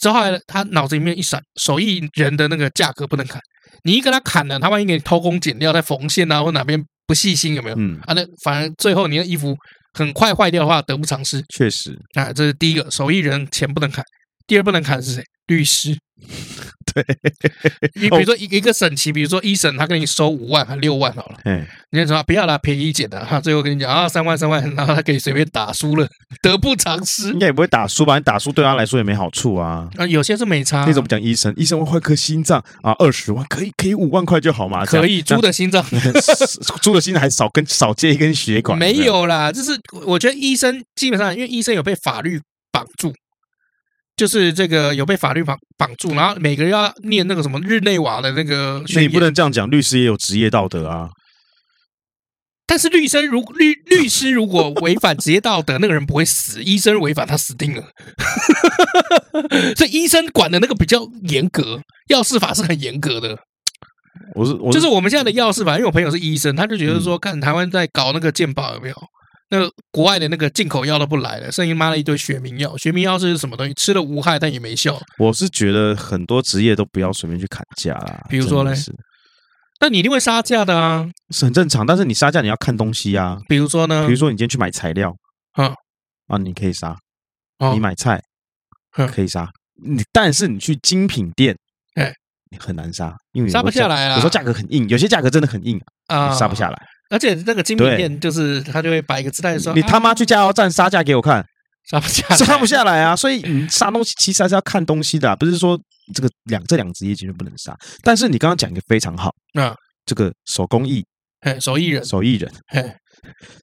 A: 之后后来他脑子里面一闪，手艺人的那个价格不能砍，你一跟他砍了，他万一给你偷工减料，再缝线啊，或哪边不细心有没有？
B: 嗯，
A: 啊，那反而最后你的衣服很快坏掉的话，得不偿失。
B: 确实，
A: 啊，这是第一个，手艺人钱不能砍。第二不能砍是谁？律 师。对， 你比如说一一个审期，比如说一审他跟你收五万还六万好了，
B: 哎，
A: 你就说啊不要啦，便宜一点的哈。最后跟你讲啊，三万三万，然后他可以随便打输了，得不偿失
B: 应。该也不会打输吧？你打输对他来说也没好处啊。
A: 啊，有些是没差啊，
B: 那种讲医生，医生会换颗心脏啊，二十万可以，可以五万块就好嘛？
A: 可以
B: 这
A: 猪
B: 样
A: 的心脏
B: 猪的心还少根少接一根血管，
A: 没
B: 这样
A: 有啦，就是我觉得医生基本上，因为医生有被法律绑住，就是这个有被法律绑绑住，然后每个人要念那个什么日内瓦的那个
B: 那
A: 宣
B: 你不
A: 言。
B: 能这样讲，律师也有职业道德啊。
A: 但是律生如律律师如果违反职业道德，那个人不会死；医生违反他死定了。 所以医生管的那个比较严格，药事法是很严格的。
B: 我是我嗯
A: 就是我们现在的药事法，因为我朋友是医生，他就觉得说，看台湾在搞那个健保有没有？那个国外的那个进口药都不来了，剩一妈的一堆学名药。学名药是什么东西？吃了无害，但也没效。
B: 我是觉得很多职业都不要随便去砍价啦。
A: 比如说
B: 真的
A: 嘞
B: 是
A: 那你一定会杀价的啊！
B: 是很正常，但是你杀价你要看东西啊。
A: 比如说呢
B: 比如，说你今天去买材料，
A: 嗯
B: 啊，你可以杀；
A: 哦
B: 你买菜
A: 嗯
B: 可以杀，你但是你去精品店，
A: 哎
B: 你很难杀，因为有
A: 杀不
B: 时候
A: 下
B: 价
A: 来啦
B: 有时候价格很硬，有些价格真的很硬，
A: 啊
B: 你杀不下来。
A: 而且那个精品
B: 对
A: 店就是他就会摆一个姿态说，
B: 你
A: 啊
B: 他妈去加油站杀价给我看，
A: 杀不下来，
B: 杀不下来啊！所以你杀东西其实还是要看东西的啊、不是说这个两这两个职业绝对不能杀。但是你刚刚讲一个非常好，
A: 嗯，
B: 这个手工艺
A: 嘿，手艺人，
B: 手艺人
A: 嘿，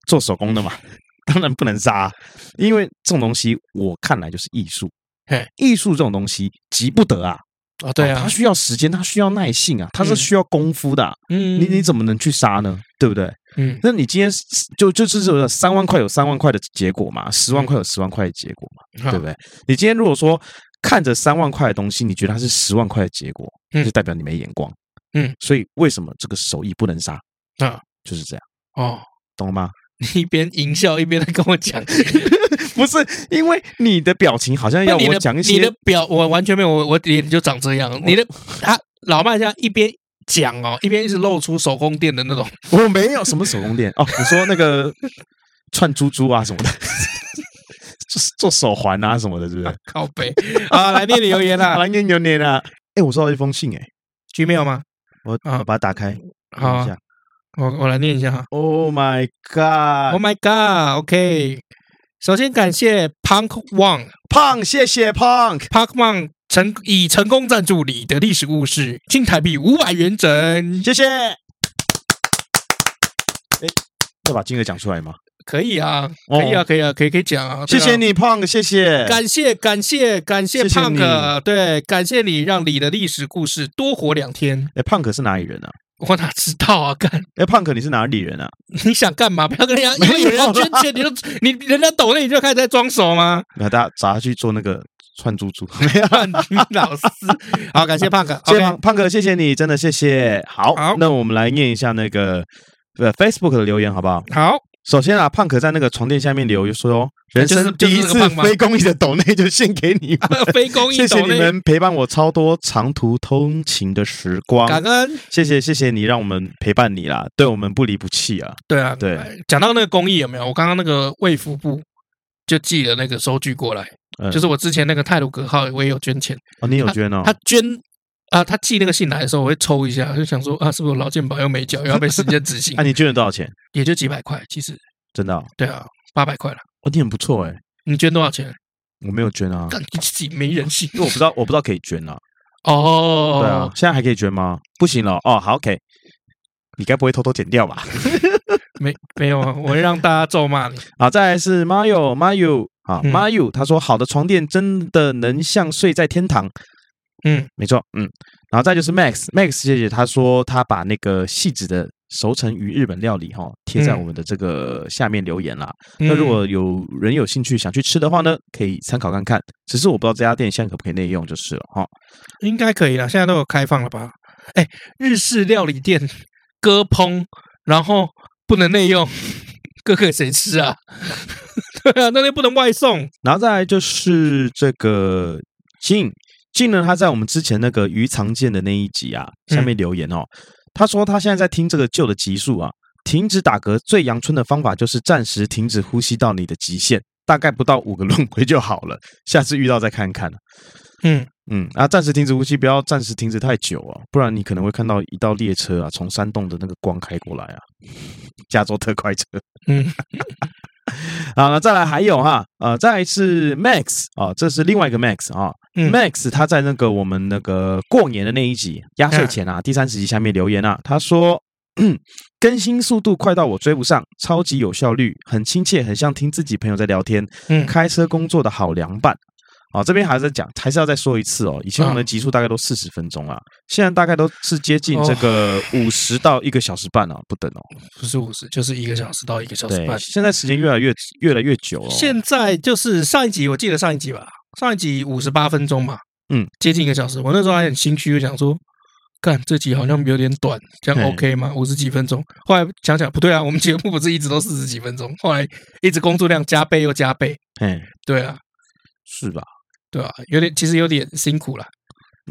B: 做手工的嘛， 当然不能杀啊、因为这种东西我看来就是艺术
A: 嘿。
B: 艺术这种东西急不得啊，
A: 啊，对啊
B: 它，需要时间，它需要耐性啊，它是
A: 嗯
B: 需要功夫的啊、
A: 嗯，
B: 你你怎么能去杀呢？对不对？
A: 嗯，
B: 那你今天就就是这个三万块有三万块的结果嘛，十万块
A: 嗯
B: 有十万块的结果嘛，
A: 好
B: 对不对？你今天如果说看着三万块的东西，你觉得它是十万块的结果，
A: 嗯
B: 那就代表你没眼光。
A: 嗯，
B: 所以为什么这个手艺不能杀？
A: 啊，
B: 就是这样，
A: 哦，
B: 懂了吗？
A: 你一边淫笑一边在跟我 讲，
B: 不是因为你的表情好像要
A: 你
B: 我
A: 的
B: 讲一
A: 你的
B: 些，
A: 表，我完全没有，我我脸就长这样。你的啊，老麦这样一边讲哦，一边一直露出手工店的 那种，
B: 我没有什么手 工店哦。你说那个串珠珠啊什么的， 做做手环啊什么的，是不是？
A: 靠背啊，来念你留言
B: 好
A: 啦
B: 来念留言啊！哎，我收到一封信哎，
A: ，Gmail 吗？
B: 我
A: 啊
B: 我把它打开，
A: 好啊
B: 看一下。
A: 我我来念一下哈。
B: Oh my god！
A: Oh my god，OK、首先感谢 Punk Wang
B: 胖，谢谢胖。
A: Park Wang 成以成功赞助你的历史故事，新台币五百元整，
B: 谢谢。哎，要把金额讲出来吗？
A: 可以啊，可以啊，
B: 哦
A: 可以啊，可以可以讲啊，
B: 谢
A: 对啊
B: 谢你，胖，谢 谢。
A: 感谢感谢感谢
B: 谢谢
A: Punk，
B: 你
A: 对，感谢你让你的历史故事多活两天。
B: 哎，胖可是哪里人啊？
A: 我哪知道啊？干，
B: 哎，胖可你是哪里人啊？
A: 你想干 嘛？不要跟人家，因为有人要捐钱，你就你人家抖了，你就开始在装熟吗？
B: 那大家砸去做那个串珠 珠，没有啊。
A: 范军老 师，好，感谢 Punk，
B: 谢谢
A: OK，
B: 胖胖哥，谢谢你，真的谢谢。好，
A: 好
B: 那我们来念一下那个呃 Facebook 的留言好不好？
A: 好，
B: 首先啊，胖可在那个床垫下面留言说，哦人生
A: 就是
B: 第一
A: 就是那个
B: 次
A: 胖吗
B: 非公益的抖内就献给你们。
A: 非 公益
B: 谢谢
A: 抖
B: 你
A: 内，
B: 们陪伴我超多长途通勤的时
A: 感
B: 光，
A: 恩，
B: 谢谢谢谢你让我们陪伴你啦，对我们不离不弃啊。
A: 对啊，
B: 对。
A: 讲到那个公益有没有？我刚刚那个卫福部就寄了那个收据过来，
B: 嗯
A: 就是我之前那个泰鲁格号，我也有捐钱，
B: 哦，你有捐哦
A: 他？捐啊，他寄那个信来的时候，我会抽一下，就想说啊，是不是我劳健保又没缴，又要被时间执行
B: 那、，你捐了多少钱？
A: 也就几百块，其实
B: 真的、哦，
A: 对啊，八百块了。
B: 哦，你很不错哎、
A: 你捐多少钱？
B: 我没有捐啊，
A: 干你自己没人 性
B: 因为我不知道，我不知道可以捐啊。
A: 哦。
B: 对啊，，现在还可以捐吗？不行了，哦，好，OK。你该不会偷偷剪掉吧？
A: 没没有啊，我会让大家咒骂你。
B: 啊，再来是 Mario Mario 啊、
A: 嗯
B: Mario，他说好的床垫真的能像睡在天堂，
A: 嗯，
B: 没错，嗯，然后再就是 Max Max 姐姐，她说她把那个细致的熟成鱼日本料理哈、贴在
A: 嗯
B: 我们的这个下面留言啦。
A: 那
B: 那如果有人有兴趣想去吃的话呢，可以参考看看。只是我不知道这家店现在可不可以内用，就是了哈、
A: 应该可以啦，现在都有开放了吧？哎，日式料理店割烹，然后不能内用， 割给谁吃啊？ 对啊，那天不能外送。
B: 然后再来就是这个静静呢，他在我们之前那个鱼常见的那一集啊，下面留言哦，他说他现在在听这个旧的集数啊，停止打嗝最阳春的方法就是暂时停止呼吸到你的极限，大概不到五个轮回就好了，下次遇到再看啊看。
A: 嗯，
B: 嗯，啊，暂时停止呼吸，不要暂时停止太久啊，不然你可能会看到一道列车啊，从山洞的那个光开过来啊， 加州特快车。
A: 嗯，
B: 好，那再来还有哈，呃，再来是 Max 啊，这是另外一个 Max 啊、
A: 嗯
B: m a x 他在那个我们那个过年的那一集压岁钱
A: 嗯
B: 啊，第三十集下面留言啊，他说。 更新速度快到我追不上，超级有效率，很亲切，很像听自己朋友在聊天。
A: 嗯
B: 开车工作的好凉拌。哦，这边还在讲，还是要再说一次哦。以前我们的
A: 嗯
B: 集数大概都四十分钟啊，现在大概都是接近
A: 哦
B: 这个五十到一个小时半啊，不等哦。
A: 不是五十，就是一个小时到一个小时
B: 对
A: 半，。
B: 现在时间越来越越来越久哦。
A: 现在就是上一集，我记得上一集吧，上一集五十八分钟嘛，
B: 嗯，
A: 接近一个小时。我那时候还很心虚，我想说，干这集好像有点短，这样
B: 嘿
A: OK 吗？五十几分钟。后来想想不对啊，我们节目不是一直都四十几分钟，后来一直工作量加倍又加倍，
B: 哎，
A: 对啊，
B: 是吧？
A: 对啊，有点其实有点辛苦了，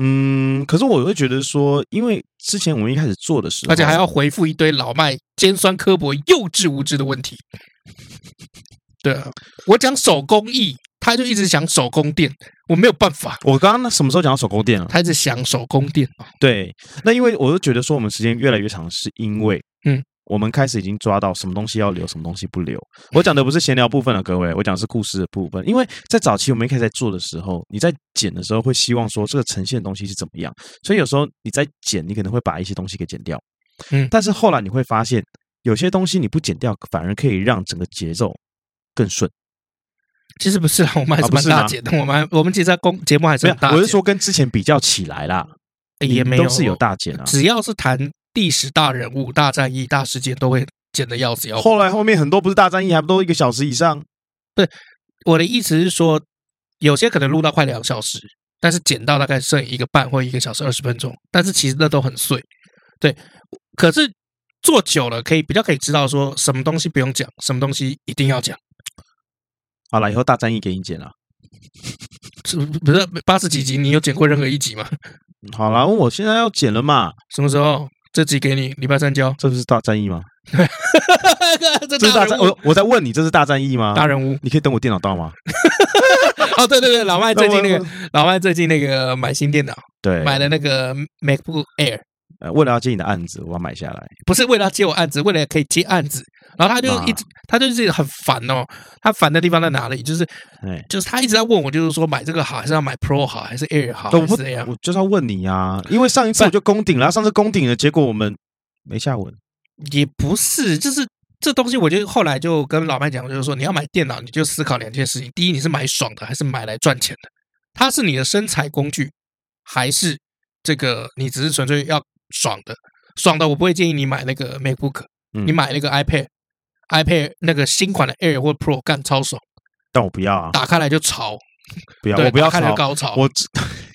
B: 嗯，可是我会觉得说，因为之前我们一开始做的时候，
A: 而且还要回复一堆老麦尖酸刻薄、幼稚无知的问题。 对啊，我讲手工艺，他就一直想手工店，我没有办法，
B: 我刚刚那什么时候讲到手工店了？
A: 他一直想手工店。
B: 对，那因为我就觉得说，我们时间越来越长，是因为
A: 嗯。
B: 我们开始已经抓到什么东西要留，什么东西不留。我讲的不是闲聊部分了，各位，我讲的是故事的部分。因为在早期我们一开始在做的时候，你在剪的时候会希望说这个呈现的东西是怎么样，所以有时候你在剪，你可能会把一些东西给剪掉。
A: 嗯
B: 但是后来你会发现，有些东西你不剪掉，反而可以让整个节奏更顺。
A: 其实不是啦， 我们还
B: 啊
A: 是
B: 不
A: 蛮
B: 是
A: 大
B: 吗
A: 姐的，我们还我们其实在公节目还是
B: 没
A: 很
B: 有
A: 大，姐。哎
B: 我是说跟之前比较起来啦，
A: 也
B: 你
A: 没有哦
B: 都是有，大减啊。
A: 只要是谈历史大人物、大战役、大事件，都会剪的要死要活。
B: 后来后面很多不是大战役，还不都一个小时以上？
A: 我的意思是说，有些可能录到快两小时，但是剪到大概剩一个半或一个小时二十分钟，但是其实那都很碎。对，可是做久了可以比较可以知道说什么东西不用讲，什么东西一定要讲。
B: 好了，以后大战役给你剪了。
A: 是不是八十几集你有剪过任何一集吗？
B: 嗯好了，我现在要剪了嘛，
A: 什么时候？这集给你，礼拜三交。
B: 这不是大战役吗？
A: 这
B: 这是大
A: 人
B: 战，
A: 物
B: 我我在问你，这是大战役吗？
A: 大人物
B: 你可以等我电脑到吗？
A: 哦，对对对，老麦最近那
B: 那
A: 个嗯老麦最近那个买新电脑，
B: 对，
A: 买了那个 MacBook Air，
B: 呃为了要接你的案子，我要买下来。
A: 不是为了要接我案子，为了可以接案子。然后他就
B: 啊
A: 一直，他就是很烦哦。他烦的地方在哪里？就是
B: 哎，
A: 就是他一直在问我，就是说买这个好，还是要买 Pro 好，还是 Air 好，
B: 我
A: 还
B: 不
A: 是怎样？
B: 我就是要问你啊，因为上一次我就攻顶了，上次攻顶了，结果我们没下文。
A: 也不是，就是这东西，我就后来就跟老麦讲，就是说你要买电脑，你就思考两件事情：第一，你是买爽的还是买来赚钱的？它是你的生财工具，还是这个你只是纯粹要爽的？爽的我不会建议你买那个 MacBook，、
B: 嗯
A: 你买那个 iPad。iPad 那个新款的 Air 或 Pro 干超爽，
B: 但我不要啊，
A: 打开来就潮，
B: 不要，
A: 对，
B: 我不要
A: 打开来就
B: 吵。
A: 高潮，
B: 我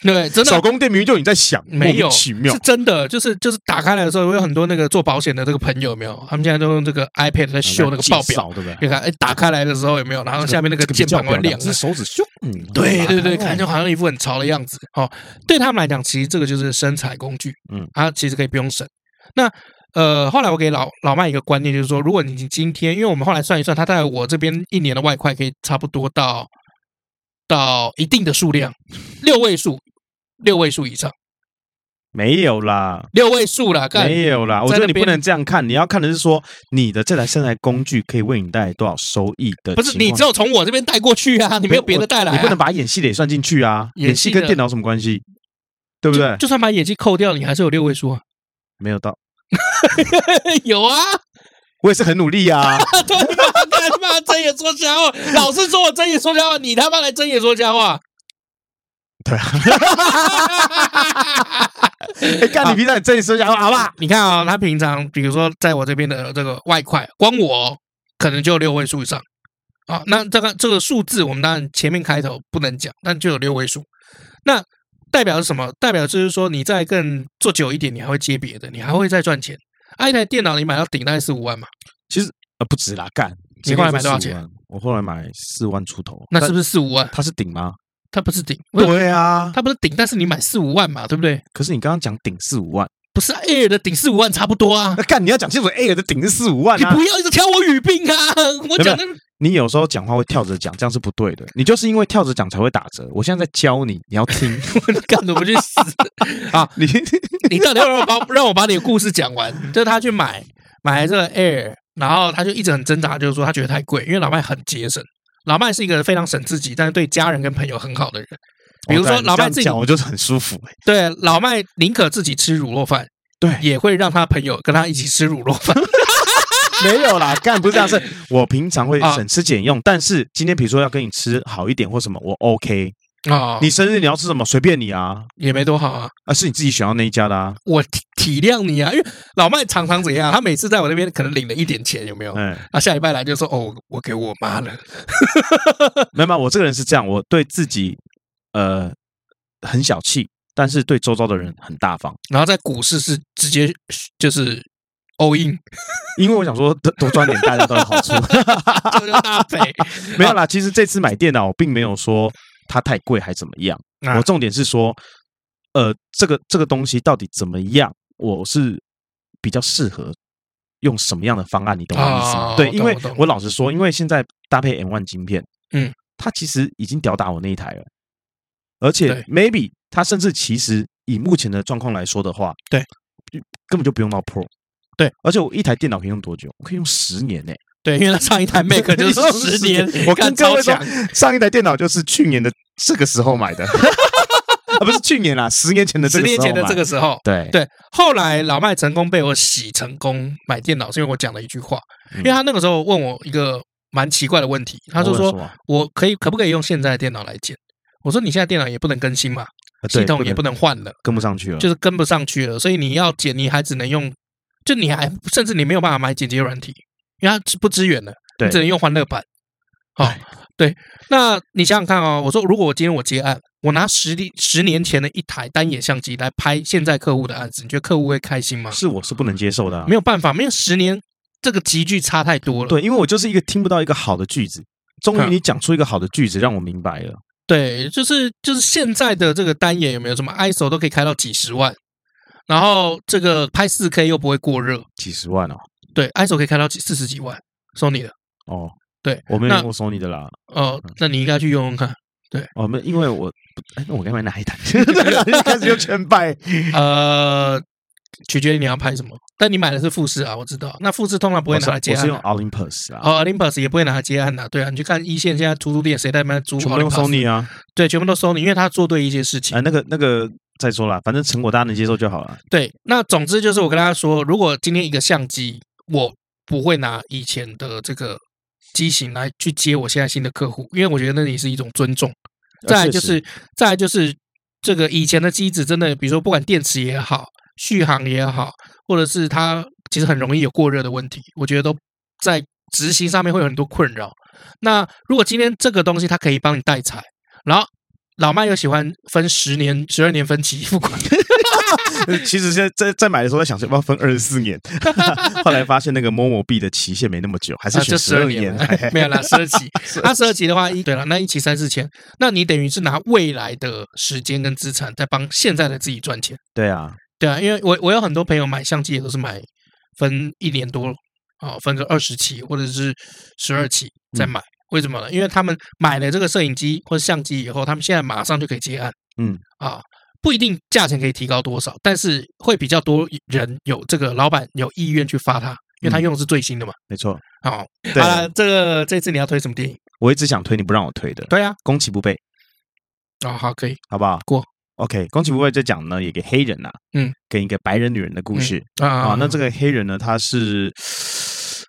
A: 对，真的
B: 手工店明明就你在想，莫
A: 没
B: 名
A: 有
B: 其妙
A: 是。真的，就是就是打开来的时候，我有很多那个做保险的这个朋友有没有？他们现在都用这个 iPad 在 秀那个报表，
B: 少对不对？
A: 你看，哎，打开来的时候有没有？然后下面那个
B: 这
A: 键
B: 比较
A: 盘会
B: 表
A: 亮啊
B: 两，只手指咻，嗯，
A: 对对对，看
B: 看
A: 就好像一副很潮的样子。哦，对他们来讲，其实这个就是生财工具，
B: 嗯，
A: 它其实可以不用省。那呃，后来我给老老麦一个观念，就是说，如果你今天，因为我们后来算一算，他在我这边一年的外快可以差不多到到一定的数量，六位数，六位数以上。
B: 没有啦，
A: 六位数了，干
B: 没有啦。我
A: 在
B: 觉
A: 那
B: 得你不
A: 边
B: 能这样看，你要看的是说你的这台生财工具可以为你带来多少收益的情况。
A: 不是你只有从我这边带过去啊，你没有别的带来啊、
B: 你不能把演戏的也算进去啊。
A: 演戏的
B: 演戏跟电脑有什么关系？对不对
A: 就？就算把演技扣掉，你还是有六位数啊。
B: 没有到，
A: 有啊，
B: 我也是很努力啊 呀。
A: 对吧？干他妈睁眼说瞎话，老是说我睁眼说瞎话，你他妈来睁眼说瞎话。
B: 对
A: 啊。
B: 哎，干你平常你这里说一下好不好？
A: 你看啊、他平常比如说在我这边的这个外快，光我可能就六位数以上啊。那这个这个数字，我们当然前面开头不能讲，但就有六位数。那代表是什么？代表就是说，你再更做久一点，你还会接别的，啊你还会再赚钱。啊，一台电脑你买到顶大概四五万嘛，
B: 呃，不止啦，干。
A: 你后来买多少钱
B: 谁跟你说45万？我后来买四万出头。
A: 那是
B: 但
A: 不是四五万？
B: 它是顶吗？
A: 它不是顶，不是
B: 对啊，
A: 它不是顶，但是你买四五万嘛，对不对？
B: 可是你刚刚讲顶四五万，
A: 不是 Air 的顶四五万差不多啊
B: 那。干你要讲清楚，Air 的顶是四五万
A: 你
B: 啊
A: 不。要一直挑我语病啊！我讲的
B: 你有时候讲话会跳着讲，这样是不对的。你就是因为跳着讲才会打折。我现在在教你，你要 听。
A: 干的我去 死！
B: 你
A: 你到底要不要把让我把你的故事讲完？就是他去买买这个 Air，然后他就一直很挣扎，就是说他觉得太贵，因为老麦很节省。老麦是一个非常省自己，但是对家人跟朋友很好的人。比如说
B: 哦对你
A: 老
B: 这
A: 麦
B: 样
A: 自己
B: 讲，我就是很舒服。哎
A: 对老麦宁可自己吃卤肉饭，
B: 对，
A: 也会让他朋友跟他一起吃卤肉 饭。
B: 没有啦，干不是这样，是我平常会
A: 啊
B: 省吃俭用，但是今天比如说要跟你吃好一点或什么，我 OK。
A: 哦，
B: 你生日你要吃什么随便你啊，
A: 也没多好啊，
B: 啊是你自己选到那一家的啊。
A: 我体体谅你啊，因为老麦常常怎样，啊他每次在我那边可能领了一点钱，有没有？
B: 嗯，
A: 啊，下礼拜来就说哦，我给我妈了。
B: 没有没有，我这个人是这样，我对自己呃很小气，但是对周遭的人很大方，
A: 然后在股市是直接就是 all in，
B: 因为我想说多多赚点大家都有好处。
A: 这就大赔。
B: 没有啦，其实这次买电脑我并没有说它太贵还怎么样，
A: 啊
B: 我重点是说，呃，这个这个东西到底怎么样，我是比较适合用什么样的方案，你懂我意思吗？
A: 哦
B: 对，
A: 我懂
B: 因为
A: 我懂
B: 我老实说，因为现在搭配 M One 晶片，
A: 嗯，
B: 它其实已经吊打我那一台了，而且
A: 对
B: maybe 它甚至其实以目前的状况来说的话，
A: 对，
B: 根本就不用到 Pro。
A: 对，
B: 而且我一台电脑可以用多久？我可以用十年呢、
A: 对，因为他上一台 Mac 就是十年，
B: 我
A: 看
B: 跟各
A: 超
B: 位说
A: 强，，
B: 上一台电脑就是去年的这个时候买 的，啊，不是去年啦，啊十年前的这
A: 十
B: 个时
A: 年
B: 候
A: 前的
B: 买
A: 这个时候。
B: 对
A: 对，后来老麦成功被我洗成功买电脑，是因为我讲了一句话，
B: 嗯
A: 因为他那个时候问我一个蛮奇怪的问题，他就
B: 我问
A: 说
B: 什么
A: 我可以可不可以用现在的电脑来建？我说你现在电脑也不能更新嘛，啊
B: 啊
A: 系统也不能换了，嗯
B: 跟不上去了，
A: 就是跟不上去了，所以你要剪你还只能用，就你还甚至你没有办法买剪辑软体，因为它是不支援的，
B: 对
A: 你只能用欢乐版。好、
B: 哎
A: 对，那你想想看哦，我说如果我今天我接案，我拿十年十年前的一台单眼相机来拍现在客户的案子，你觉得客户会开心吗？
B: 是我是不能接受的啊、
A: 没有办法，没有十年这个集距差太多了。
B: 对，因为我就是一个听不到一个好的句子。终于
A: 嗯
B: 你讲出一个好的句子，让我明白了。
A: 对，就是就是现在的这个单眼有没有什么 ISO 都可以开到几十万，然后这个拍四 K 又不会过热，
B: 几十万哦，
A: 对，ISO 可以开到几四十几万，收你的。
B: 哦，
A: 对，
B: 我没有
A: 那
B: 用过 Sony 的啦。
A: 哦，
B: 嗯
A: 那你应该去用用 看。
B: 哦，没，因为我，哎，那我该买哪 一台？开始又全败。
A: 呃，取决于你要拍什么。但你买的是富士啊，我知道。那富士通常不
B: 我
A: 会
B: 是
A: 拿来接
B: 我是
A: 案
B: 用
A: 啊、
B: Olympus 啊，
A: 哦，Olympus 也不会拿来接案的、对啊，你去看一线现在图书店谁在卖租
B: 全部用
A: Olympus
B: Sony 啊。
A: 对，全部都 Sony，因为他做对一些事情。
B: 哎，那个那个，再说啦，反正成果大家能接受就好了。
A: 对，那总之就是我跟大家说，如果今天一个相机，我不会拿以前的这个机型来去接我现在新的客户，因为我觉得那里是一种尊重。再来就
B: 啊确实
A: 是，再来就是这个以前的机子真的，比如说不管电池也好，续航也好，或者是它其实很容易有过热的问题，我觉得都在执行上面会有很多困扰。那如果今天这个东西它可以帮你代采，然后老麦又喜欢分十年、十二年分期 付款，
B: 其实现在在在买的时候在想说要不要分二十四年， 后来发现那个 Momo 币的期限没那么久，还是
A: 啊
B: 选
A: 这
B: 十二年。嘿 嘿
A: 没有啦，十二期。那十二期的话，一对了，那一期三四千，那你等于是拿未来的时间跟资产在帮现在的自己赚钱。
B: 对啊，
A: 对啊，因为我我有很多朋友买相机也都是买分一年多啊、分个二十期或者是十二期
B: 嗯
A: 再买。为什么呢？因为他们买了这个摄影机或者相机以后，他们现在马上就可以接案。
B: 嗯
A: 啊，不一定价钱可以提高多少，但是会比较多人有这个老板有意愿去发它，因为他
B: 嗯
A: 用的是最新的嘛。
B: 没错，
A: 好，
B: 对
A: 好，了，这个这次你要推什么电影？
B: 我一直想推你不让我推的，
A: 对啊，
B: 攻其不备，
A: 哦，好，可以
B: 好不好？
A: 过
B: OK，攻其不备这讲呢，有一个黑人呐、啊，
A: 嗯，
B: 跟一个白人女人的故事、
A: 啊
B: 啊。那这个黑人呢，他是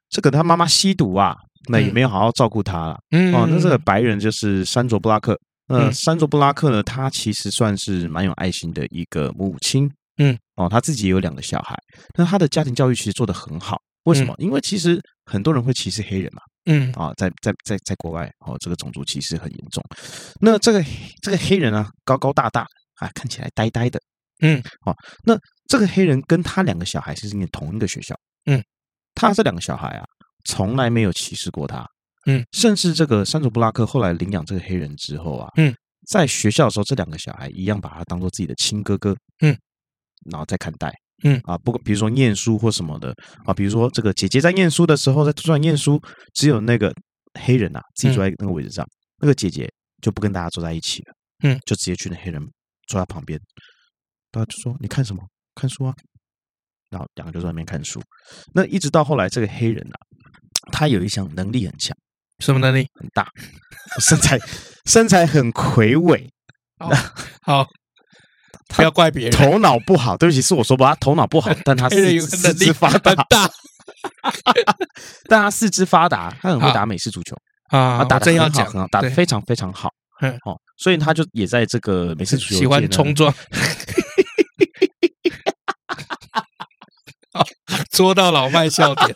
B: 这个他妈妈吸毒啊，那也
A: 嗯
B: 没有好好照顾他了。
A: 嗯
B: 哦，那这个白人就是山卓布拉克。那
A: 嗯
B: 山卓布拉克呢，他其实算是蛮有爱心的一个母亲。
A: 嗯，
B: 哦，他自己也有两个小孩，那他的家庭教育其实做得很好。为什么？因为其实很多人会歧视黑人嘛，
A: 嗯
B: 啊，在在在在国外，哦，这个种族歧视很严重。那这个黑这个黑人啊，高高大大啊，看起来呆呆的，
A: 嗯，
B: 哦，那这个黑人跟他两个小孩是念同一个学校，
A: 嗯，
B: 他这两个小孩啊，从来没有歧视过他，
A: 嗯，
B: 甚至这个山卓布拉克后来领养这个黑人之后啊，
A: 嗯，
B: 在学校的时候，这两个小孩一样把他当做自己的亲哥哥，
A: 嗯，
B: 然后再看待。
A: 嗯
B: 啊，不过比如说念书或什么的啊，比如说这个姐姐在念书的时候，在图书馆念书，只有那个黑人啊
A: 嗯
B: 自己坐在那个位置上，那个姐姐就不跟大家坐在一起了，
A: 嗯，
B: 就直接去那黑人坐在旁边，大家就说你看什么？看书啊。然后两个就在那边看书。那一直到后来，这个黑人啊，他有一项能力很强
A: 什么能力？
B: 很大，身材身材很 魁伟，
A: 哦 好，不要怪别人，
B: 头脑不好。对不起，是我说吧，他头脑不好，但他
A: 黑人
B: 四
A: 哎有
B: 肢
A: 个
B: 四
A: 能力
B: 肢发
A: 很
B: 达，
A: 大
B: 但他四肢发达，他很会打美式足球。
A: 啊
B: 他打
A: 真
B: 的
A: 要
B: 很好，
A: 讲
B: 很好，打的
A: 对
B: 非常非常好
A: 嗯。
B: 哦，所以他就也在这个美式足球
A: 喜欢
B: 界呢
A: 冲撞。 捉哦到老麦笑 点，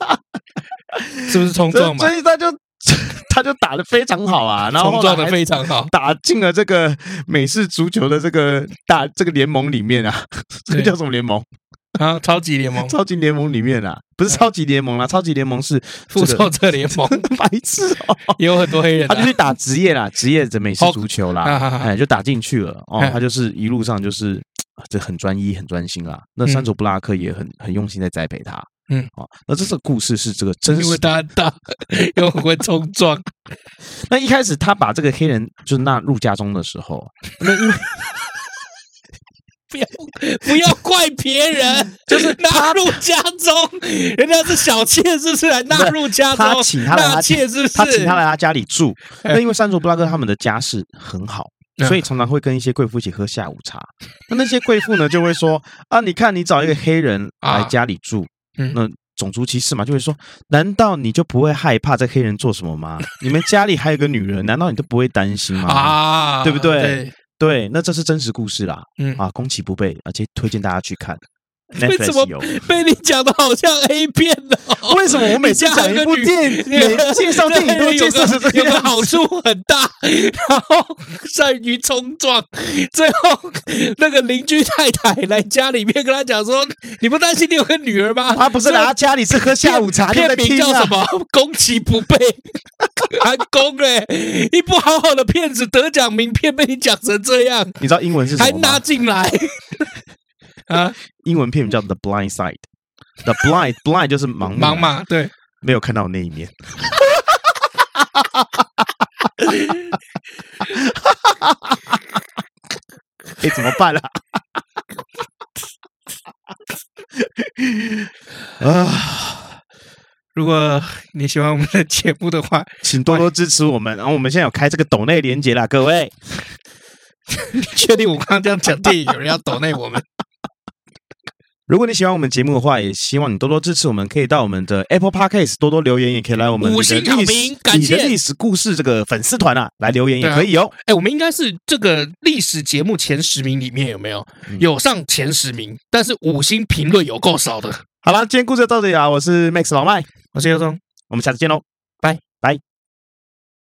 A: 是不是冲
B: 所以
A: 撞嘛？
B: 所以他就 他就打的非常好 啊，然后
A: 冲
B: 后
A: 撞
B: 来
A: 的
B: 还
A: 非常好，
B: 打进了这个美式足球的这个大 这个联盟里面啊， 这个
A: 对
B: 叫什么联盟？
A: 啊，超级联盟、
B: 超级联盟里面啊，不是超级联盟啦，
A: 嗯
B: 超级联盟是
A: 复
B: 这
A: 仇
B: 个
A: 者联盟
B: 白痴 哦，
A: 也有很多黑人
B: 他就
A: 啊，
B: 去打职业啦，职业的美式足球啦，
A: 啊啊啊
B: 哎，就打进去了哦
A: 嗯。
B: 他就是一路上就是啊这很专一、很专心啦。那
A: 嗯
B: 山卓布拉克也很很用心在栽培他，
A: 嗯，
B: 哦，那这个故事是这个真
A: 因
B: 实
A: 为
B: 的。
A: 他很 大，又很会冲撞，
B: 那一开始他把这个黑人就纳入家中的时候，那因为
A: 不要不要怪别人， 就是纳入家中，人家是小妾，是不是？还纳入家中，
B: 他请他来
A: 纳
B: 他
A: 妾是不是？
B: 他请他来他家里 住。
A: 哎
B: 那因为山卓布拉克他们的家世很好，
A: 嗯
B: 所以常常会跟一些贵妇一起喝下午茶。那那些贵妇呢，就会说啊，你看你找一个黑人来家里住，
A: 嗯
B: 那种族歧视嘛，就会说，难道你就不会害怕这黑人做什么吗？你们家里还有个女人，难道你都不会担心吗？
A: 啊，
B: 对不对？对，那这是真实故事啦，
A: 嗯
B: 啊，攻其不备，而且推荐大家去 看。
A: 为什么
B: Netflix 有？
A: 被你讲的好像 A 片哦。
B: 为什么我每次
A: 你家
B: 讲一
A: 有
B: 部
A: 个女
B: 电影，每介绍电影都介绍 成这个
A: 有个
B: 样
A: 好
B: 子？
A: 处很大，然后善于冲撞。最后那个邻居太太来家里面跟他讲说：“你不担心你有个女儿吗？”
B: 他不是来他家里是喝下午啊茶，就
A: 片
B: 在
A: 名
B: 听
A: 叫
B: 啊
A: 什。么？攻其不备， 韩公嘞，一部好好的片子得奖名片被你讲成这样，
B: 你知道英文是什
A: 还
B: 么
A: 拿
B: 吗？
A: 进来 啊？
B: 英文片名叫《The Blind Side》。The blind blind 就是盲目
A: 忙，嘛，对，
B: 没有看到那 一面。哎，怎么办 啊？啊，
A: 如果你喜欢我们的节目的话，
B: 请多多支持我们。然后我们现在有开这个抖内连接啦，各位。
A: 确定我刚刚这样讲电影，有人要抖内 我们？
B: 如果你喜欢我们节目的话，也希望你多多支持我们，可以到我们的 Apple Podcast 多多留言，也可以来我们
A: 五
B: 你的
A: 星好
B: 历
A: 评
B: 史
A: 感
B: 你的
A: 谢
B: 历史故事这个粉丝团啊，来留言也
A: 对啊
B: 可以哦。
A: 哎，我们应该是这个历史节目前十名里面有没有
B: 嗯
A: 有上前十名？但是五星评论有够少的。
B: 啊好啦，今天故事就到这里啦，我是 Max 老麦，
A: 我是尤忠，
B: 我们下次见喽，